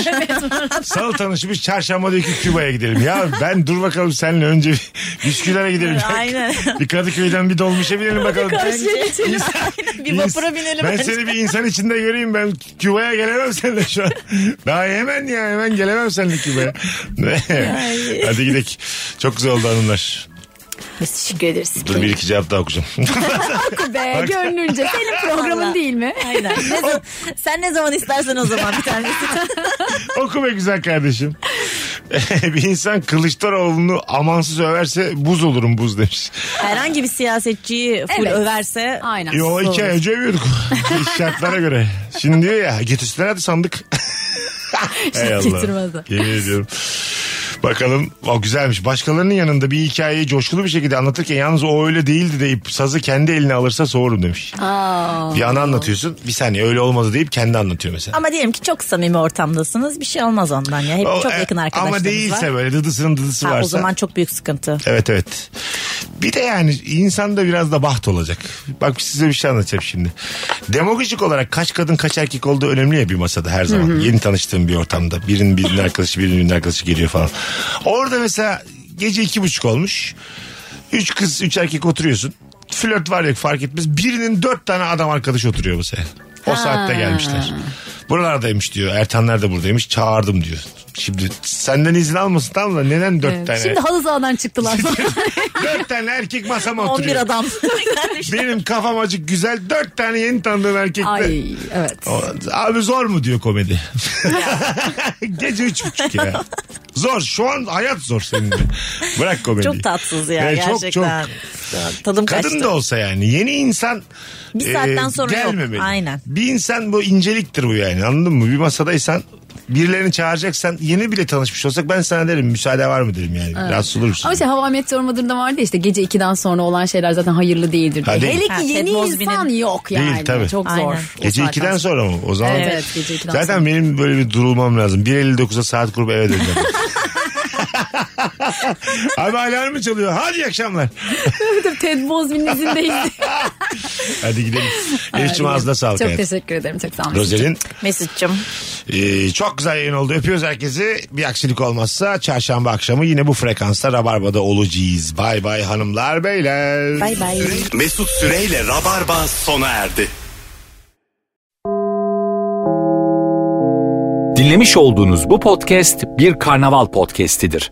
Speaker 3: Salı tanışmış. Çarşamba diyor ki Küba'ya gidelim. Ya ben dur bakalım seninle önce bir Üsküdar'a gidelim.
Speaker 5: Aynen.
Speaker 3: bir Kadıköy'den bir dolmuşa binelim bakalım.
Speaker 5: Karşıya geçelim. Aynen. Bir vapura binelim.
Speaker 3: Ben seni bir insan içinde göreyim ben Küba'ya gelemem seninle şu an. Daha hemen ya hemen gelemem seninle Küba'ya. Hadi gidelim. Çok güzel oldu hanımlar.
Speaker 5: Biz teşekkür ederiz.
Speaker 3: Dur bir iki cevap daha okuyacağım.
Speaker 4: Be E, gönlünce senin programın
Speaker 5: Vallahi.
Speaker 4: değil mi?
Speaker 5: Aynen. Ne zaman- sen ne zaman istersen o zaman bir tanesi.
Speaker 3: Oku be güzel kardeşim. bir insan Kılıçdaroğlu'nu amansız överse buz olurum buz demiş.
Speaker 5: Herhangi bir siyasetçiyi full
Speaker 4: Evet.
Speaker 5: överse
Speaker 4: Aynen.
Speaker 3: Yo iki ay önce övüyorduk. Şartlara göre. Şimdi diyor ya getirsinler hadi sandık.
Speaker 5: Şey
Speaker 3: Hay Allah.
Speaker 4: getirmezler.
Speaker 3: Yemin ediyorum. Bakalım o güzelmiş. Başkalarının yanında bir hikayeyi coşkulu bir şekilde anlatırken yalnız o öyle değildi deyip sazı kendi eline alırsa soğurum demiş.
Speaker 4: Aa.
Speaker 3: Bir ana anlatıyorsun bir saniye öyle olmadı deyip kendi anlatıyor mesela.
Speaker 5: ama diyelim ki çok samimi ortamdasınız bir şey olmaz ondan ya. Hep
Speaker 3: O,
Speaker 5: çok
Speaker 3: e,
Speaker 5: yakın arkadaşlarımız
Speaker 3: Ama değilse
Speaker 5: var.
Speaker 3: böyle dıdısının dıdısı
Speaker 5: Ha,
Speaker 3: varsa.
Speaker 5: o zaman çok büyük sıkıntı.
Speaker 3: Evet evet. Bir de yani insanda biraz da baht olacak. Bak size bir şey anlatacağım şimdi. Demografik olarak kaç kadın kaç erkek olduğu önemli ya bir masada her zaman. Yeni tanıştığım bir ortamda. Birinin birinin arkadaşı birinin birinin arkadaşı geliyor falan. Orada mesela gece iki buçuk olmuş. Üç kız üç erkek oturuyorsun. Flört var yok fark etmez. Birinin dört tane adam arkadaşı oturuyor bu sefer. O saatte gelmişler. Buralardaymış diyor. Ertanlar da buradaymış. Çağırdım diyor. Şimdi senden izin almasın tamam da neden dört tane?
Speaker 4: Şimdi halı sahadan çıktılar.
Speaker 3: Dört tane erkek masama
Speaker 5: 11
Speaker 3: oturuyor.
Speaker 5: adam.
Speaker 3: Benim kafam acık güzel. Dört tane yeni tanıdığım erkekle.
Speaker 4: Ay evet.
Speaker 3: O- Abi zor mu diyor komedi. Gece üç buçuk ya. Zor. Şu an hayat zor senin de. Bırak komediyi.
Speaker 5: çok tatsız ya
Speaker 3: Evet, çok,
Speaker 5: gerçekten.
Speaker 3: çok.
Speaker 5: Tadım kaçtı.
Speaker 3: Kadın da olsa yani. Yeni insan e,
Speaker 5: Bir saatten sonra yok.
Speaker 3: gelmemeli.
Speaker 5: Aynen.
Speaker 3: Bir insan bu inceliktir bu yani anladın mı? Bir masadaysan birilerini çağıracaksan yeni bile tanışmış olsak ben sana derim müsaade var mı derim yani. Rahatsız olur musun?
Speaker 4: Ama şey Hava Ahmet Yormadı'nda vardı ya işte gece 2'den sonra olan şeyler zaten hayırlı değildir.
Speaker 3: Ha,
Speaker 4: diye.
Speaker 3: değil.
Speaker 4: Hele ki
Speaker 5: Ha, Ted
Speaker 4: yeni
Speaker 5: Mosby'nin-
Speaker 4: insan yok yani.
Speaker 3: Değil, tabii.
Speaker 4: Çok
Speaker 5: Aynen.
Speaker 4: zor. O
Speaker 3: Gece
Speaker 4: saatten
Speaker 3: 2'den sonra mı? O zaman
Speaker 4: Evet, evet, gece 2'den
Speaker 3: Zaten
Speaker 4: sonra.
Speaker 3: benim böyle bir durulmam lazım. 1.59'a saat kurup eve döneceğim. Abi alarm mı çalıyor? Hadi iyi akşamlar.
Speaker 4: Tabii, Ted Bozbin'in izindeyiz.
Speaker 3: Hadi gidelim. Elif'cim ağzına sağlık.
Speaker 4: Çok
Speaker 3: hayatım.
Speaker 4: teşekkür ederim. Çok sağ olun.
Speaker 3: Rozel'in
Speaker 5: Mesut'cum.
Speaker 3: e, çok güzel yayın oldu. Öpüyoruz herkesi. Bir aksilik olmazsa çarşamba akşamı yine bu frekansta Rabarba'da olacağız. Bay bay hanımlar beyler.
Speaker 5: Bay bay.
Speaker 2: Mesut Süreyle Rabarba sona erdi.
Speaker 1: Dinlemiş olduğunuz bu podcast bir karnaval podcastidir.